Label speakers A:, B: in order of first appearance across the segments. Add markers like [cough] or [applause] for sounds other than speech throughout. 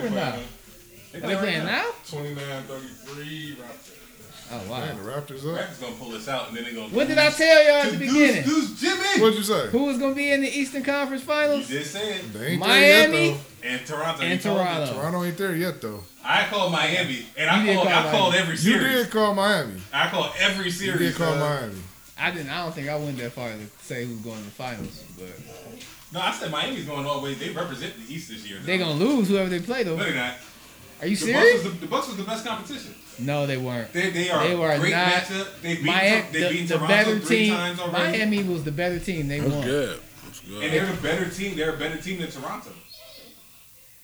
A: now? Are they playing now?
B: 29-33 Raptors.
A: Oh
C: Man,
A: wow.
C: the Raptors up.
B: Raptors gonna pull us out and then they gonna.
A: What did I tell y'all at the
B: Deuce,
A: beginning?
B: Deuce Jimmy.
C: What'd you say?
A: Who was gonna be in the Eastern Conference
B: You
A: Finals?
B: just saying.
C: They ain't there
A: Miami
C: yet
B: And Toronto.
A: and
B: you told me.
C: though.
A: Toronto.
C: Toronto ain't there yet though.
B: I called Miami and
A: You
B: I
A: did
B: called.
A: call
B: I called
A: Miami.
B: every
C: You
B: series.
C: did call Miami.
B: I called every
C: You
B: series.
C: did call
B: uh,
C: Miami.
A: I didn't. I don't think I went that far to say who's going to the finals, but
B: No, I said Miami's going all the way. They represent the East this year.
A: they're gonna lose whoever they play
B: No,
A: though.
B: they're not.
A: Are you
B: The Bucks, was
A: serious?
B: the, the Bucks was the best competition.
A: No, they weren't.
B: They, they are
A: They were
B: great
A: not-
B: matchup. They beat,
A: Miami,
B: they
A: the,
B: beat
A: the
B: Toronto
A: better
B: three
A: team.
B: times already.
A: Miami was the better team. They won.
D: That's good. That's
B: And
D: good.
B: they're the better team. They're a better team than Toronto.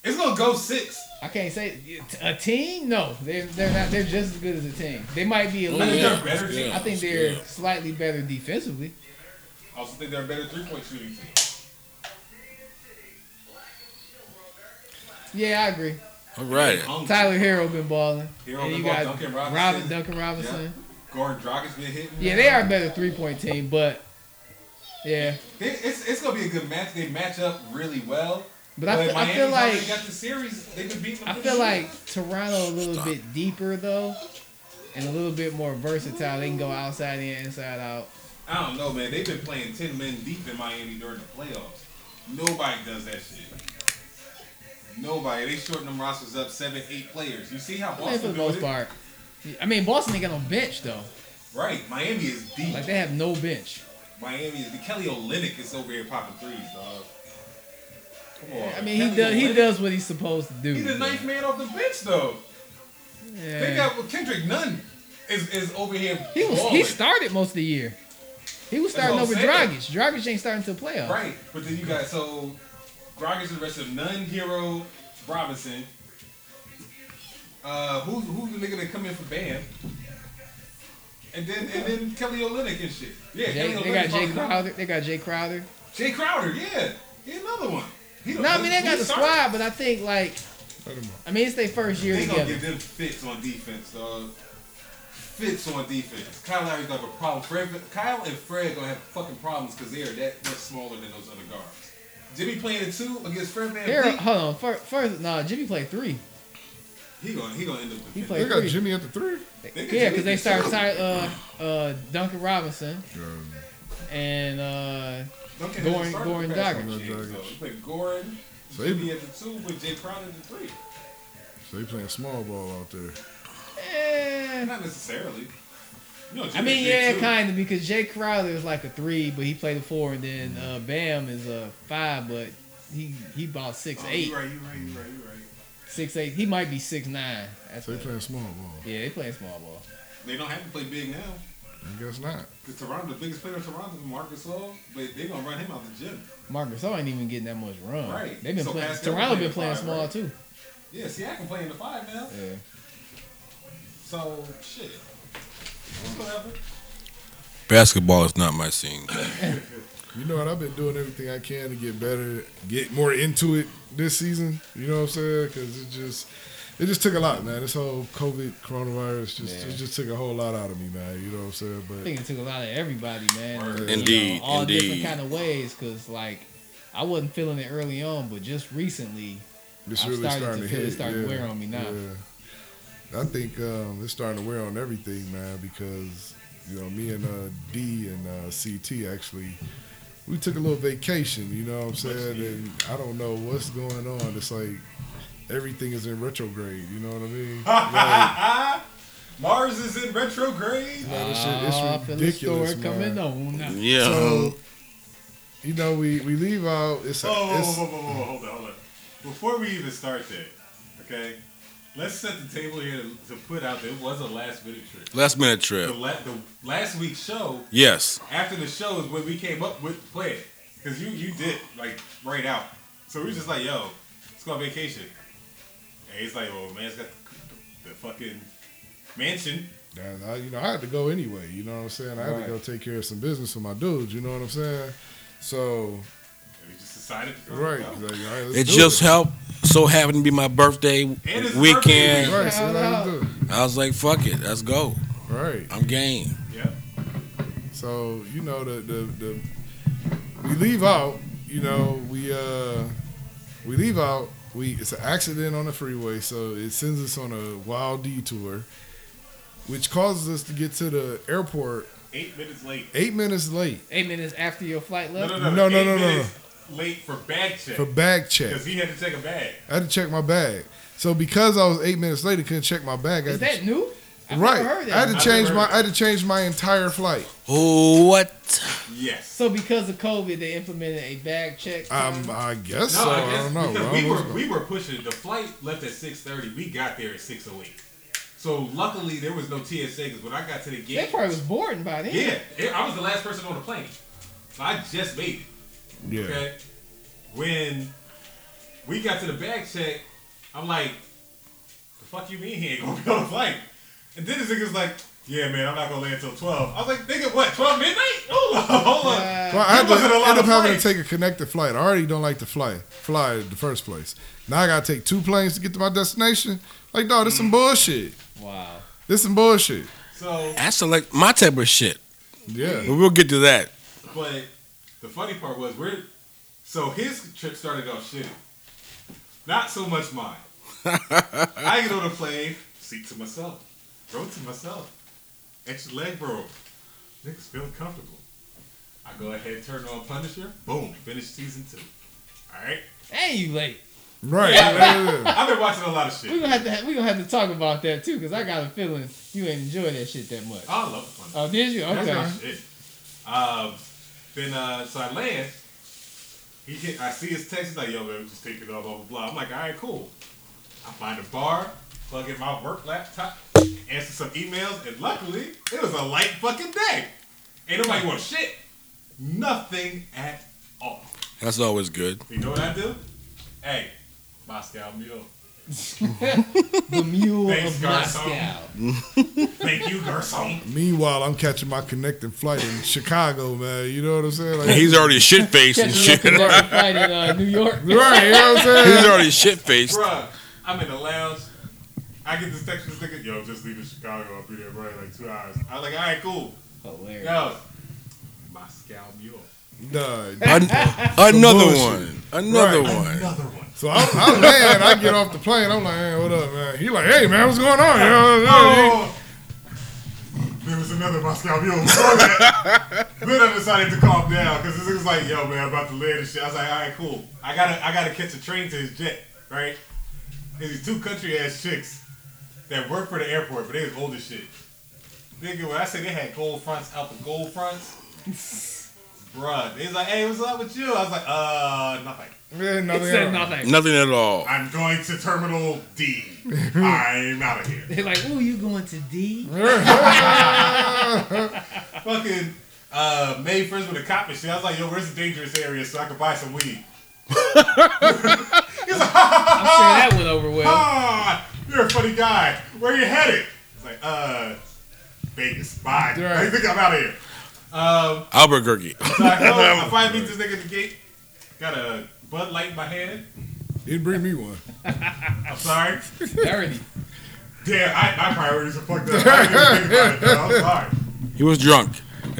B: It's gonna go six.
A: I can't say a team. No, they're they're not. They're just as good as a team. They might be a
D: Oh,
A: little.
B: they're
D: yeah.
B: a better team.
D: Yeah,
A: I think
D: that's
A: they're
D: good.
A: slightly better defensively.
B: I also think they're a better three point shooting team.
A: Yeah, I agree.
D: All right.
B: Hungry.
A: Tyler Hero been balling.
B: Hero
A: and
B: been
A: you
B: balling.
A: got
B: Duncan
A: Robin-
B: Robinson.
A: Duncan Robinson.
B: Gordon Dragic been hitting.
A: Yeah, they are a better three point team, but yeah.
B: They, it's it's gonna be a good match. They match up really well.
A: But I feel- I
B: Miami's
A: feel
B: already
A: like-
B: got the series. They've been beating them.
A: I
B: for
A: feel
B: the
A: like
B: series.
A: Toronto a little bit deeper though, and a little bit more versatile. They can go outside in, inside out.
B: I don't know, man. They've been playing ten men deep in Miami during the playoffs. Nobody does that shit. Nobody. They shorten them rosters up seven, eight players. You see how
A: I mean, for
B: Boston
A: the
B: does
A: most
B: it?
A: part. I mean, Boston ain't got no bench though.
B: Right. Miami is deep.
A: Like they have no bench.
B: Miami is the Kelly Olynyk is over here popping threes, dog. Come on.
A: I mean, he
B: Kelly
A: does. He
B: Olynyk.
A: does what he's supposed to do.
B: He's the ninth man off the bench, though.
A: Yeah.
B: They got Kendrick Nunn is is over here.
A: He was.
B: balling.
A: He started most of the year. He was
B: That's
A: starting over
B: what I'm
A: Dragic. Dragic ain't starting till playoff.
B: Right, but then you got so Grogger's the rest of Nunn, Hero, Robinson. Uh, who's who's the nigga that come in for Bam? And then and then Kelly Olynyk and shit. Yeah,
A: They,
B: Kelly
A: they got
B: Olynyk's
A: Jay
B: popping up.
A: Crowder. They got Jay Crowder.
B: Jay Crowder, yeah, he another one. He
A: No, I mean they
B: he
A: got the
B: started.
A: squad, but I think like
C: Let 'em up.
A: I mean it's their first year
B: They gonna
A: together.
B: give them fits on defense, dog. Fits on defense. Kyle Lowry's gonna have a problem. Fred, Kyle and Fred gonna have fucking problems because they are that much smaller than those other guards. Jimmy playing a two against Fred Van
A: Here, hold on. Fir- First, no, Jimmy played three.
B: He gonna he gonna end up.
A: He
B: defending.
A: played
C: They got
A: three.
C: Jimmy at the three.
B: They could
A: Yeah,
B: do
A: because they
B: it.
A: started Ty- uh, uh, Duncan Robinson
C: Um,
A: and uh,
B: Duncan
A: Goran-
B: hasn't started
A: Goran
B: the past
A: Dragic.
B: couple games,
C: Dragic.
B: though. He played Goran,
C: So
B: Jimmy
C: he-
B: at the two, but Jay Crowder at the three.
C: So they playing small ball out there.
A: eh,
B: Not necessarily. You know,
A: I
B: Jimmy
A: mean,
B: big,
A: yeah,
B: too.
A: kind of because Jay Crowder is like a three, but he played a four, and then uh, Bam is a five, but he he about six
B: Oh,
A: eight,
B: You right, you right, you right, you right.
A: six eight. He might be six nine. That's
C: So they
A: a-
C: playing small ball.
A: yeah, they playing small ball.
B: They don't have to play big now
C: I guess not.
B: because Toronto, the biggest player in Toronto is Marcus Gasol, but they gonna run him out the gym.
A: Marcus, I ain't even getting that much run.
B: Right.
A: They've been
B: So
A: playing.
B: Pascal
A: Toronto
B: playing
A: been playing
B: five,
A: small
B: right?
A: too.
B: Yeah, see, I can play in the five now.
A: Yeah.
B: So shit. Whatever.
D: Basketball is not my scene.
C: You know what? I've been doing everything I can to get better, get more into it this season. You know what I'm saying? Because it just, it just took a lot, man. This whole COVID coronavirus just,
A: Yeah.
C: it just took a whole lot out of me, man. You know what I'm saying?
A: I
C: But
A: think it took a lot of everybody, man.
B: Word.
A: You
D: Indeed,
A: all different
D: indeed.
A: kind of ways, cause like I wasn't feeling it early on, but just recently,
C: it's
A: I'm
C: really
A: starting
C: starting
A: to
C: to
A: feel it
C: hit.
A: starting to
C: yeah,
A: wear on me now.
C: Yeah. I think um, it's starting to wear on everything, man. Because you know, me and uh, D and uh, CT actually. We took a little vacation, you know what I'm saying? And I don't know what's going on. It's like everything is in retrograde, you know what
B: [laughs]
C: I mean? Like,
B: Mars is in retrograde.
C: Man, this shit- it's
A: uh, I feel the
C: ridiculous,
A: story coming
C: man.
A: on. now.
D: Yeah.
C: So, you know, we, we leave out. It's,
B: Oh, whoa,
C: it's
B: whoa, whoa, whoa, whoa, hold on, hold on. Before we even start that, okay, let's set the table here to, to put out that it was a last minute trip.
D: Last minute
B: The,
D: trip.
B: la- the last week's show,
D: Yes.
B: after the show, is when we came up with play it because you you did like right out. So we were just like, yo, let's go on vacation. And he's like, well, man's got the fucking mansion.
C: and I, you know, I had to go anyway. You know what I'm saying? I had
B: Right.
C: to go take care of some business for my dudes. You know what I'm saying? So,
B: And we just decided to go.
C: right. Like, all right, let's
D: It
C: do
D: just helped. So happened to be my birthday
B: his
D: weekend.
B: birthday
C: Right, so let's do it.
D: I was like, fuck it, let's go.
C: Right.
D: I'm game.
B: Yeah.
C: So, you know, the, the, the we leave out, you know, we uh we leave out we it's an accident on the freeway, so it sends us on a wild detour, which causes us to get to the airport
B: Eight minutes late.
C: eight minutes late
A: Eight minutes after your flight
B: No,
A: left.
B: no, no,
C: No, no,
B: eight
C: no, no, no.
B: minutes Late for bag check
C: for bag check.
B: because he had to take a bag.
C: I had to check my bag. So because I was eight minutes late, I couldn't check my bag. I
A: Is
C: had to-
A: that new? I've
C: right?
A: Never heard
C: I
A: that. Uh,
C: had to
B: I've
C: change
B: never
C: my
B: heard
C: I had to change my entire flight.
D: Oh, what?
B: Yes.
A: so because of COVID, they implemented a bag check.
C: Um,
A: time?
C: I guess
B: No,
C: so.
B: I
C: I,
B: guess
C: don't know.
B: because
C: I
B: we
C: don't
B: were
C: know.
B: we were pushing. The flight left at six thirty. We got there at six oh eight. So luckily there was no TSA because when I got to the
A: they
B: gate,
A: probably was boarding by then.
B: yeah, it- I was the last person on the plane. So I just made it.
C: yeah.
B: Okay. When we got to the bag check, I'm like, the fuck you mean he ain't gonna [laughs] be on the flight? And then this nigga's like, yeah, man, I'm not gonna land till 12. I was like, nigga, what, 12 midnight? Hold on, hold on.
A: Uh,
C: Well, I had
B: There wasn't a
C: to
B: lot
C: end up
B: of
C: having to
B: flights.
C: take a connected flight. I already don't like to fly, fly in the first place. Now I gotta take two planes to get to my destination. Like, dog, this some bullshit.
A: wow.
C: This some bullshit.
B: so,
D: That's like my type of shit.
C: Yeah.
D: But we'll get to that.
B: but the funny part was, we're, so his trip started off shitty. Not so much mine. I get on the plane, seat to myself, row to myself, extra leg roll. Niggas feel comfortable. I go ahead, turn on Punisher, boom, finish season two. All right,
A: Hey, you late.
C: Right. Yeah, yeah, yeah.
B: I've been watching a lot of shit.
A: We gonna have to ha- we gonna have to talk about that too, cause I got a feeling you ain't enjoying that shit that
C: Uh,
A: much.
B: I love Punisher.
A: Oh, did you?
B: That's
A: Okay.
B: my shit. Um, then uh, so I land. He hit, I see his text. He's like, "Yo, man, just take it off, blah blah blah." I'm like, "All right, cool." I find a bar, plug in my work laptop, answer some emails, and luckily it was a light fucking day. Ain't nobody want shit. Nothing at all.
D: That's always good.
B: You know what I do? Hey, Moscow Mule.
A: The
C: [laughs]
A: Mule
B: Thanks,
A: of
B: Garcon.
A: Moscow.
B: Thank you, Gerson.
C: Meanwhile, I'm catching my connecting flight in Chicago, man. You know what I'm saying? Like,
D: And [laughs] he's
C: [laughs]
D: already shit faced and
A: Catching
D: shit.
A: up to that flight in uh, New York.
C: right. You know what I'm
D: He's
C: saying?
D: already shit faced.
B: Bruh, I'm in the lounge. I get this text from this nigga, yo, just leaving Chicago. I'll be there, bro, in like two hours. I was like, all right, cool.
A: Hilarious.
B: Yo, Moscow Mule.
C: Nah.
D: An- another
C: Bullshit.
D: one. Another
C: Right.
D: one.
B: Another one.
C: So I, I land. I get off the plane. I'm like, hey, what up, man? He like, hey, man, what's going on? You know what I'm saying?
B: Oh, there was another Moscow Mule. before that. then I decided to calm down because this nigga's like, yo, man, I'm about to land and shit. I was like, all right, cool. I gotta, I gotta catch a train to his jet, right? There's these two country ass chicks that work for the airport, but they was old as shit. Nigga, when I say they had gold fronts out the gold fronts, bruh, they was like, hey, what's up with you? I was like, uh, nothing.
C: Man,
A: It
C: nothing
A: said
C: at all.
A: nothing.
D: Nothing at all.
B: I'm going to Terminal D. [laughs] I'm out of here.
A: They're like, "Ooh, you going to
C: [laughs]
A: D?"
B: fucking uh, made friends with a cop and shit. I was like, yo, where's the dangerous area so I could buy some weed?
A: I'm sure that went over
C: [laughs]
A: well.
B: Ah, you're a funny guy. Where you headed? It's like, uh, Vegas. Bye. I think I'm out of here. Um,
D: Albuquerque.
B: so I go, I finally meet this nigga at the gate. Got a Bud Light in my hand.
C: He'd bring me one.
B: I'm sorry.
A: Dirty.
B: Damn, I, my priorities are fucked up. I didn't even think about it, though. I'm sorry.
D: He was drunk.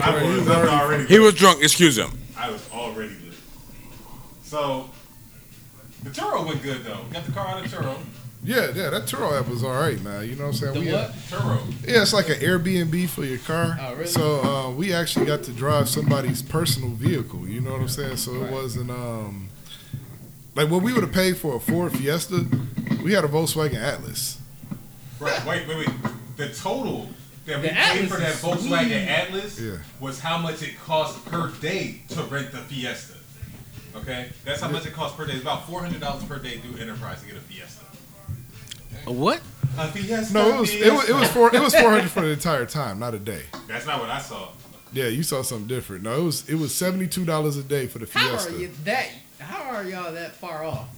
B: I was up already.
D: He was drunk. Excuse him.
B: I was already lit. So, the Turo went good, though. Got the car out of Turo.
C: Yeah, yeah, that Turo app was all right, man. You know what I'm saying?
A: The
C: we
A: what?
B: Turo.
C: Yeah, it's like an Airbnb for your car.
A: Oh, really?
C: So uh, we actually got to drive somebody's personal vehicle. You know what I'm saying? So it wasn't um, like what we would have paid for a Ford Fiesta. We had a Volkswagen Atlas.
B: Right, wait, wait, wait. The total that we
A: The
B: paid for that
A: Atlas is
B: Volkswagen
A: sweet.
B: Atlas
C: Yeah.
B: was how much it cost per day to rent the Fiesta. Okay, that's how much it costs per day. It's about four hundred dollars per day through Enterprise to get a Fiesta.
D: What?
B: A Fiesta.
C: No, it was it was it was four it was four hundred for the entire time, not a day.
B: That's not what I saw.
C: Yeah, you saw something different. No, it was it was seventy two dollars a day for the
A: How
C: Fiesta.
A: are you that? How are y'all that far off?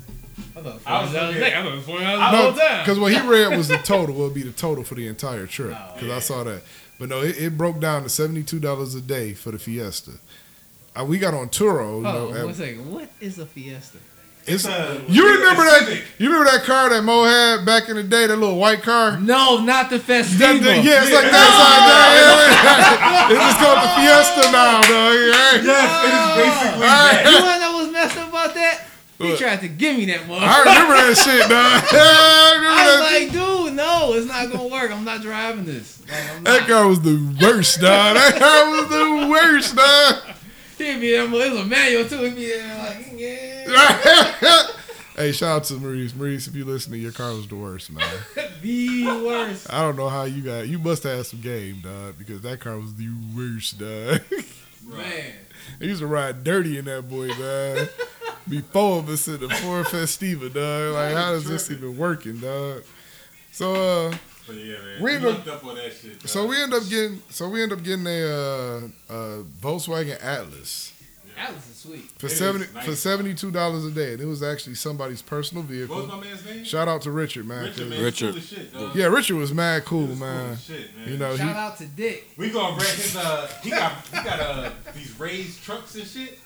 A: I thought
B: I was
A: $40
B: looking-
A: a day. I thought it was $40 the
C: No,
A: whole time.
C: because what
A: [laughs]
C: he read was the total. Will be the total for the entire trip.
A: Oh,
C: Because
B: yeah.
C: I saw that. But no, it, it broke down to seventy two dollars a day for the Fiesta. Uh, we got on Turo. You
A: Oh,
C: know,
A: one
C: at-
A: second. What is a Fiesta?
C: it's,
B: Uh,
C: you remember
B: it's
C: that?
B: Civic.
C: You remember that car that Mo had back in the day? That little white car.
A: No, not the Festiva.
C: That- [laughs] that- yeah, it's
A: [laughs]
C: like that. It's just called the Fiesta now, dog. Yeah. Ah!
B: Yes, it is basically
A: You
B: that.
A: know what I was messed up about that? He tried to give me that
C: I
A: motherfucker.
C: remember that shit, dog. [laughs] I remember
A: I
C: that
A: was
C: shit.
A: like, dude, no, it's not gonna work. I'm not driving this. Like, I'm
C: That
A: not.
C: guy was the worst, dog. That guy was the worst, dog.
A: He'd be there, it was a manual too. He'd be there, like, yeah,
C: [laughs] hey, shout out to Maurice. Maurice, if you listen to your car was the worst, man.
A: the worst.
C: I don't know how you got. You must have had some game, dog, because that car was the worst, dog. [laughs]
A: Man,
C: He used to ride dirty in that boy, dog. Before of us in the four festiva, dog. Like, how is this even working, dog? So, uh,
B: But yeah, man.
C: We
B: We
C: ended-
B: looked up on that shit. Dog.
C: so we end up getting, so we end up getting a uh, uh, Volkswagen Atlas.
A: Atlas is sweet.
C: for
B: It is
C: seventy
B: nice.
C: for seventy two dollars a day, and it was actually somebody's personal
B: What was
C: vehicle.
B: my man's name?
C: Shout out to Richard, man.
B: Richard,
C: 'cause-
B: man.
D: Richard.
B: Cool as shit, dog.
C: Yeah, Richard was mad cool,
B: He was
C: man.
B: as shit, man.
C: You know, Oh, he,
A: Shout out to Dick.
B: We gonna wreck his uh he got he got uh these raised trucks and shit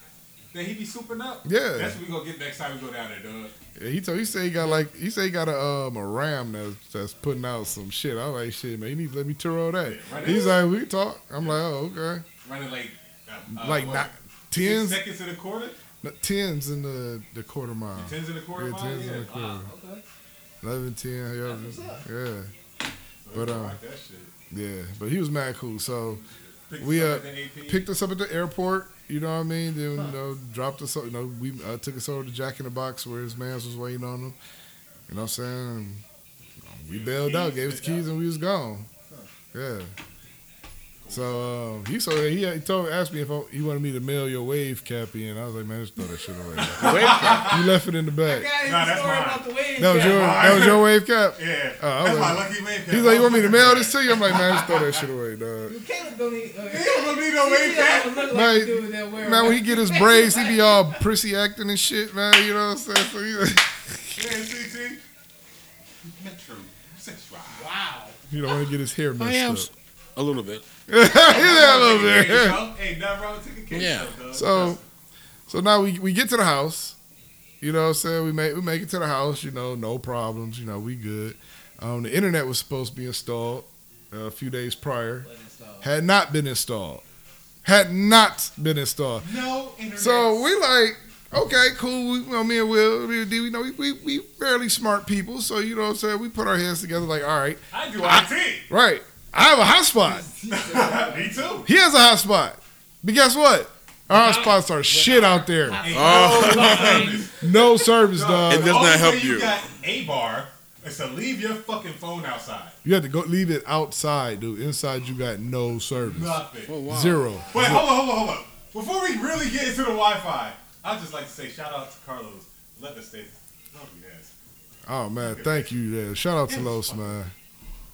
B: that he be souping up.
C: Yeah.
B: That's what we gonna get next time we go down there, dog.
C: he told he said he got like he said he got a um a ram that's that's putting out some shit. I'm like shit, man. You need to let me tour all that.
B: right
C: He's like, we can talk. I'm like, oh okay,
B: Running like uh, uh,
C: like
B: what,
C: not
B: six
C: tens,
B: seconds in a quarter?
C: no, tens in the the quarter mile,
B: Tens in a quarter
C: Yeah,
B: mile?
C: tens
B: yeah.
C: in a quarter.
B: Wow, okay.
C: eleven ten, yeah,
A: That's what's up.
C: yeah,
B: So
C: But,
B: but
C: um,
B: um, that shit.
C: yeah. But he was mad cool. So
B: Picked
C: we,
B: us up
C: uh,
B: at the AP.
C: picked us up at the airport. You know what I mean? Then you know, dropped us. You know, we uh, took us over to Jack in the Box where his man's was waiting on him. You know what I'm saying? um, We bailed out, gave us the keys, and we was gone. Yeah. So um, he so he had- he told asked me if I, he wanted me to mail your wave cap in. I was like, man, just throw that shit
B: [laughs]
C: away. you left it in the
A: I
C: back.
A: got his
B: Nah, that's
A: story
B: mine.
A: about the wedding.
C: That was your that was your wave cap.
B: Yeah.
C: Oh, I
B: That's
C: was-
B: my lucky man.
C: He's like, you want me to mail this to you? I'm like, man, just throw that shit away, dog.
A: Caleb don't need. Uh,
B: He don't gonna need no way
A: CTL
B: back.
A: don't look like
C: Man,
A: the dude that wear.
C: Man, when he
A: [laughs]
C: get his braids, he be all prissy acting and shit, man. You know what I'm saying? So he,
B: Yeah, CT. Metro. Sexual.
A: wow.
C: [laughs] he don't want to get his hair
D: I
C: messed
D: am
C: up.
D: s- a little bit.
C: yeah, a little bit.
B: Ain't nothing wrong with taking care
D: Yeah.
B: of yourself, dog.
C: So, so now we we get to the house. You know what I'm saying? We make we make it to the house. You know, no problems. You know, we good. Um, the internet was supposed to be installed uh, a few days prior. [laughs] Had not been installed. Had not been installed.
B: no internet.
C: So we like, okay, cool. We, you know, me and Will, me and D, we know we, we, we fairly smart people. So, you know what I'm saying? We put our heads together like, all right,
B: I do IT.
C: right. I have a hotspot.
B: [laughs] me too.
C: He has a hotspot. But guess what? Our hotspots are shit out there.
B: Ain't
D: Oh.
B: no service.
C: No service,
D: It
C: dog.
D: does
B: The only
D: not help
B: way
D: you.
B: got a bar is to leave your fucking phone outside.
C: You had to go leave it outside, dude. Inside, you got no service.
B: Nothing.
D: Oh, wow.
C: Zero.
B: Wait, hold on, hold on, hold on. Before we really get into the Wi-Fi, I'd just like to say shout out to Carlos. Let us stay. Oh, yes.
C: Oh, man. Thank you. Yeah. Shout out to Los, man.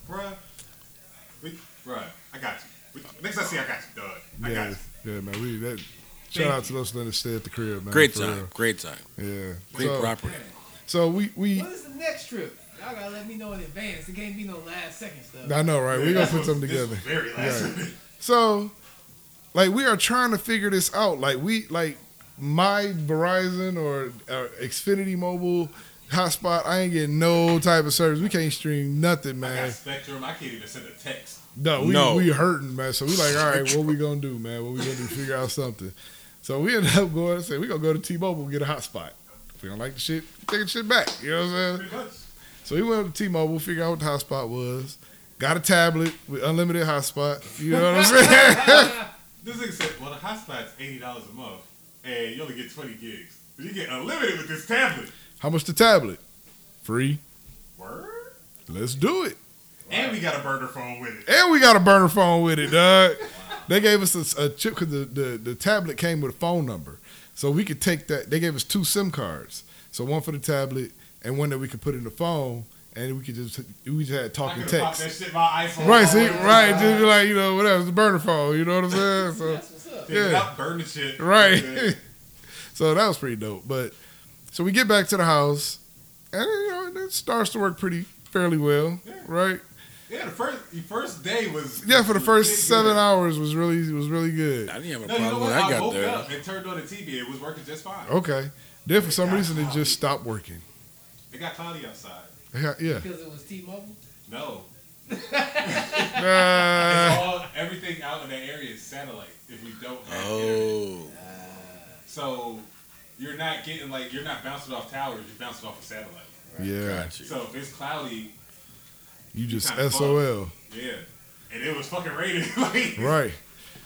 B: Bruh. We, bruh, I got you. We, next I see, I got you, dog. I got
C: Yeah.
B: you.
C: Yeah, man. We, that, shout out to Los letting us stay at the crib, man.
D: Great
C: for
D: time. Great time.
C: real. Yeah.
D: Great
C: So-
D: property.
C: So we we
A: What is the next trip? Y'all gotta let me know in advance. It can't be no last second stuff.
C: I know, right?
B: Yeah,
C: we gonna
B: that's
C: put
B: what-
C: something
B: this
C: together.
B: was Very last
C: Right.
B: minute.
C: So, like, we are trying to figure this out. Like, we like my Verizon or, or Xfinity Mobile hotspot. I ain't getting no type of service. We can't stream nothing,
B: I got
C: man.
B: Spectrum. I can't even send a text.
C: No, we
D: No.
C: we hurting, man. So we like, all right, what we gonna do, man? What we gonna do? Figure out something. So we end up going. Say we gonna go to T-Mobile and get a hotspot. If we don't like the shit, take the shit back. You know what I'm saying?
B: Pretty much.
C: So we went up to T-Mobile, figured out what the hotspot was, got a tablet with unlimited hotspot. You know what I'm saying?
B: This nigga said, well, the hotspot's $80 a month, and you only get 20 gigs. But you get unlimited with this tablet.
C: How much the tablet? Free.
B: Word?
C: Let's do it.
B: And we got a burner phone with it.
C: And we got a burner phone with it, dog. They gave us a, a chip because the, the, the tablet came with a phone number. So we could take that. They gave us two SIM cards. So one for the tablet and one that we could put in the phone. And we could just, we just had
B: I
C: talking
B: could pop
C: text.
B: that shit my iPhone.
C: Right, see, right. Just be like, you know, whatever. It's a burner phone. You know what I'm saying? So.
A: That's what's up.
B: Yeah.
C: yeah.
B: burn the shit. Yeah.
C: Right. [laughs] so that was pretty dope. But so we get back to the house, and you know it starts to work pretty fairly well,
B: Yeah.
C: right?
B: Yeah, the first the first day was
C: Yeah, for the
B: was
C: first
B: good.
C: seven hours was really was really good.
D: I didn't have a
B: No, you know
D: problem
B: what?
D: when
B: I,
D: I got
B: woke
D: there.
B: up and turned on the TV. It was working just fine.
C: Okay. Then for some reason it just stopped working.
B: It got cloudy outside.
C: Yeah,
A: [laughs]
C: Yeah.
A: Because it was T-Mobile.
B: No,
C: Uh,
B: it's all everything out in that area is satellite. If we don't have internet,
D: Oh.
B: so you're not getting like you're not bouncing off towers. You're bouncing off a satellite.
C: Yeah.
D: Got you.
B: So if it's cloudy,
C: You just
B: kinda
C: SOL.
B: yeah, and it was fucking raining. [laughs] like
C: Right.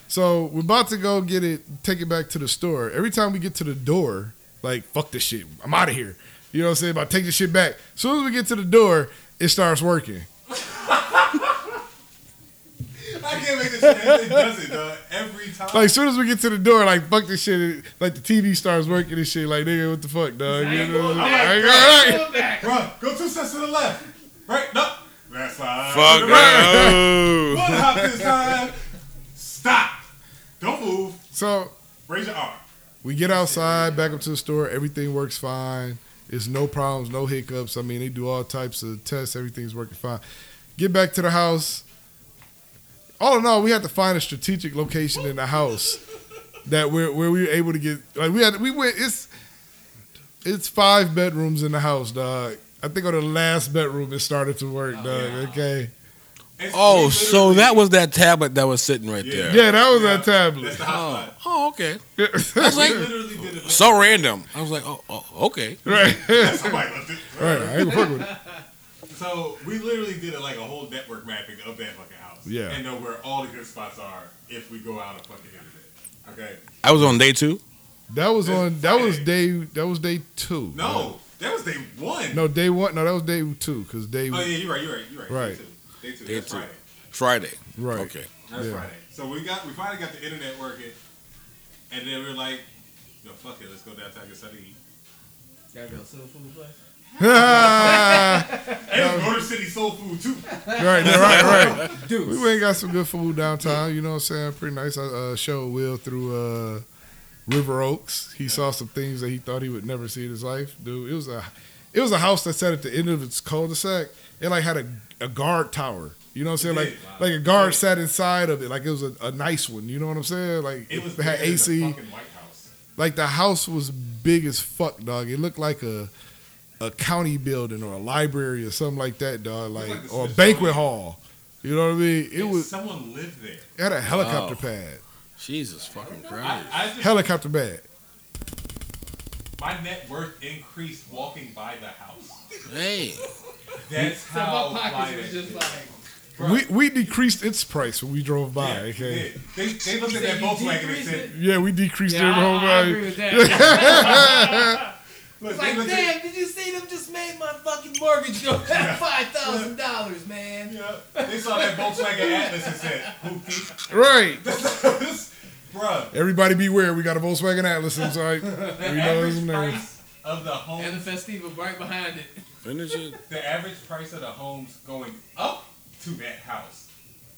C: So we're about to go get it, take it back to the store. Every time we get to the door, like, fuck this shit. I'm out of here. You know what I'm saying? About to take this shit back. As soon as we get to the door, it starts working.
B: I can't make this shit. happen. It does it dog. every time.
C: Like, as soon as we get to the door, like, fuck this shit. It- Like, the TV starts working and shit. Like, nigga, what the fuck, dog? You know what I'm saying? Like, all right.
A: Go back.
B: Bro, go two steps to the left. Right? No. That's fine.
D: Fuck oh. no.
B: One hop this time. Stop. Don't move.
C: So
B: Raise your arm.
C: we get outside, back up to the store. Everything works fine. It's no problems, no hiccups. I mean, they do all types of tests. Everything's working fine. Get back to the house. All in all, we had to find a strategic location in the house that where where we were able to get like we had we went it's it's five bedrooms in the house, dog. I think on the last bedroom it started to work, dog. Okay,
B: It's-
D: Oh,
B: it's
D: so
B: literally-
D: that was that tablet that was sitting right
B: Yeah.
D: there.
C: yeah, that was oh. our
B: That's
C: tablet.
B: the hot spot.
D: Oh, oh, okay.
C: right,
D: like-
B: We literally did it.
D: So random. I was like, oh, oh okay.
C: [laughs] right. [laughs]
B: Somebody left it.
C: I ain't fuck with it.
B: So we literally did it like a whole network mapping of that fucking house.
C: Yeah.
B: And know where all the good spots are if we go out of fucking internet. Okay.
D: I was on day two.
C: That was
B: That's
C: on. That was day.
B: Friday.
C: That was day two. right?
B: No, that was day one.
C: No, day one. No, that was day two. Cause day
B: Oh yeah, you're right. You're right. You're right.
C: Right.
B: Day two. Day two.
D: Day
B: That's
D: two.
B: Friday.
D: Friday.
C: right.
D: Okay.
B: That's
C: Yeah.
B: Friday. So we got we finally got the internet working, and then we are like, yo, fuck it, let's go downtown and get something to eat.
A: Gotta go soul food place.
C: [laughs] right,
B: And Motor City Soul Food too.
C: right, right, right.
A: Dude,
C: We went and got some good food downtown. You know what I'm saying? Pretty nice. I uh, showed Will through uh, River Oaks. He saw some things that he thought he would never see in his life. Dude, it was a, it was a house that sat at the end of its cul-de-sac. It like had a, a guard tower. You know what I'm saying?
B: It
C: Like
B: did. Wow.
C: like a guard
B: Yeah.
C: sat inside of it. Like it was a, a nice one. You know what I'm saying? Like
B: It was
C: had
B: bigger than
C: AC.
B: The fucking White House.
C: Like the house was big as fuck, dog. It looked like a a county building or a library or something like that, dog. Like,
B: like the
C: or a
B: Smithsonian.
C: banquet hall. You know what I mean? It
B: And
C: was
B: someone lived there.
C: it had a helicopter
D: Wow.
C: pad.
D: Jesus fucking
B: I,
D: Christ.
B: I just,
C: Helicopter pad.
B: my net worth increased walking by
A: [laughs]
B: the house.
D: Hey.
B: That's
A: so
B: how
A: my
B: wide
A: pockets
B: it
A: was
B: is.
A: just like.
B: Bruh.
C: We we decreased its price when we drove by.
B: Yeah,
C: okay.
B: it did. They, they looked at that
A: You
B: Volkswagen and
A: decreased
B: said,
C: Yeah, we decreased
A: Yeah,
C: their
A: I,
C: whole
A: I agree
C: value.
A: with that.
B: look,
A: It's
B: they
A: like,
B: looked at,
A: damn, did you see them just made my fucking mortgage go down five thousand dollars, man?
B: [laughs] yeah, they saw that Volkswagen Atlas and said, who peeped [laughs]
C: Right.
B: this? Bruh,
C: Everybody beware. We got a Volkswagen
B: [laughs]
C: Atlas inside. we
B: the
C: know it's
B: average
C: nerve.
B: price of
A: And the
B: the home,
A: Festiva right behind it.
D: Finish it.
B: the average price of the homes going up to that house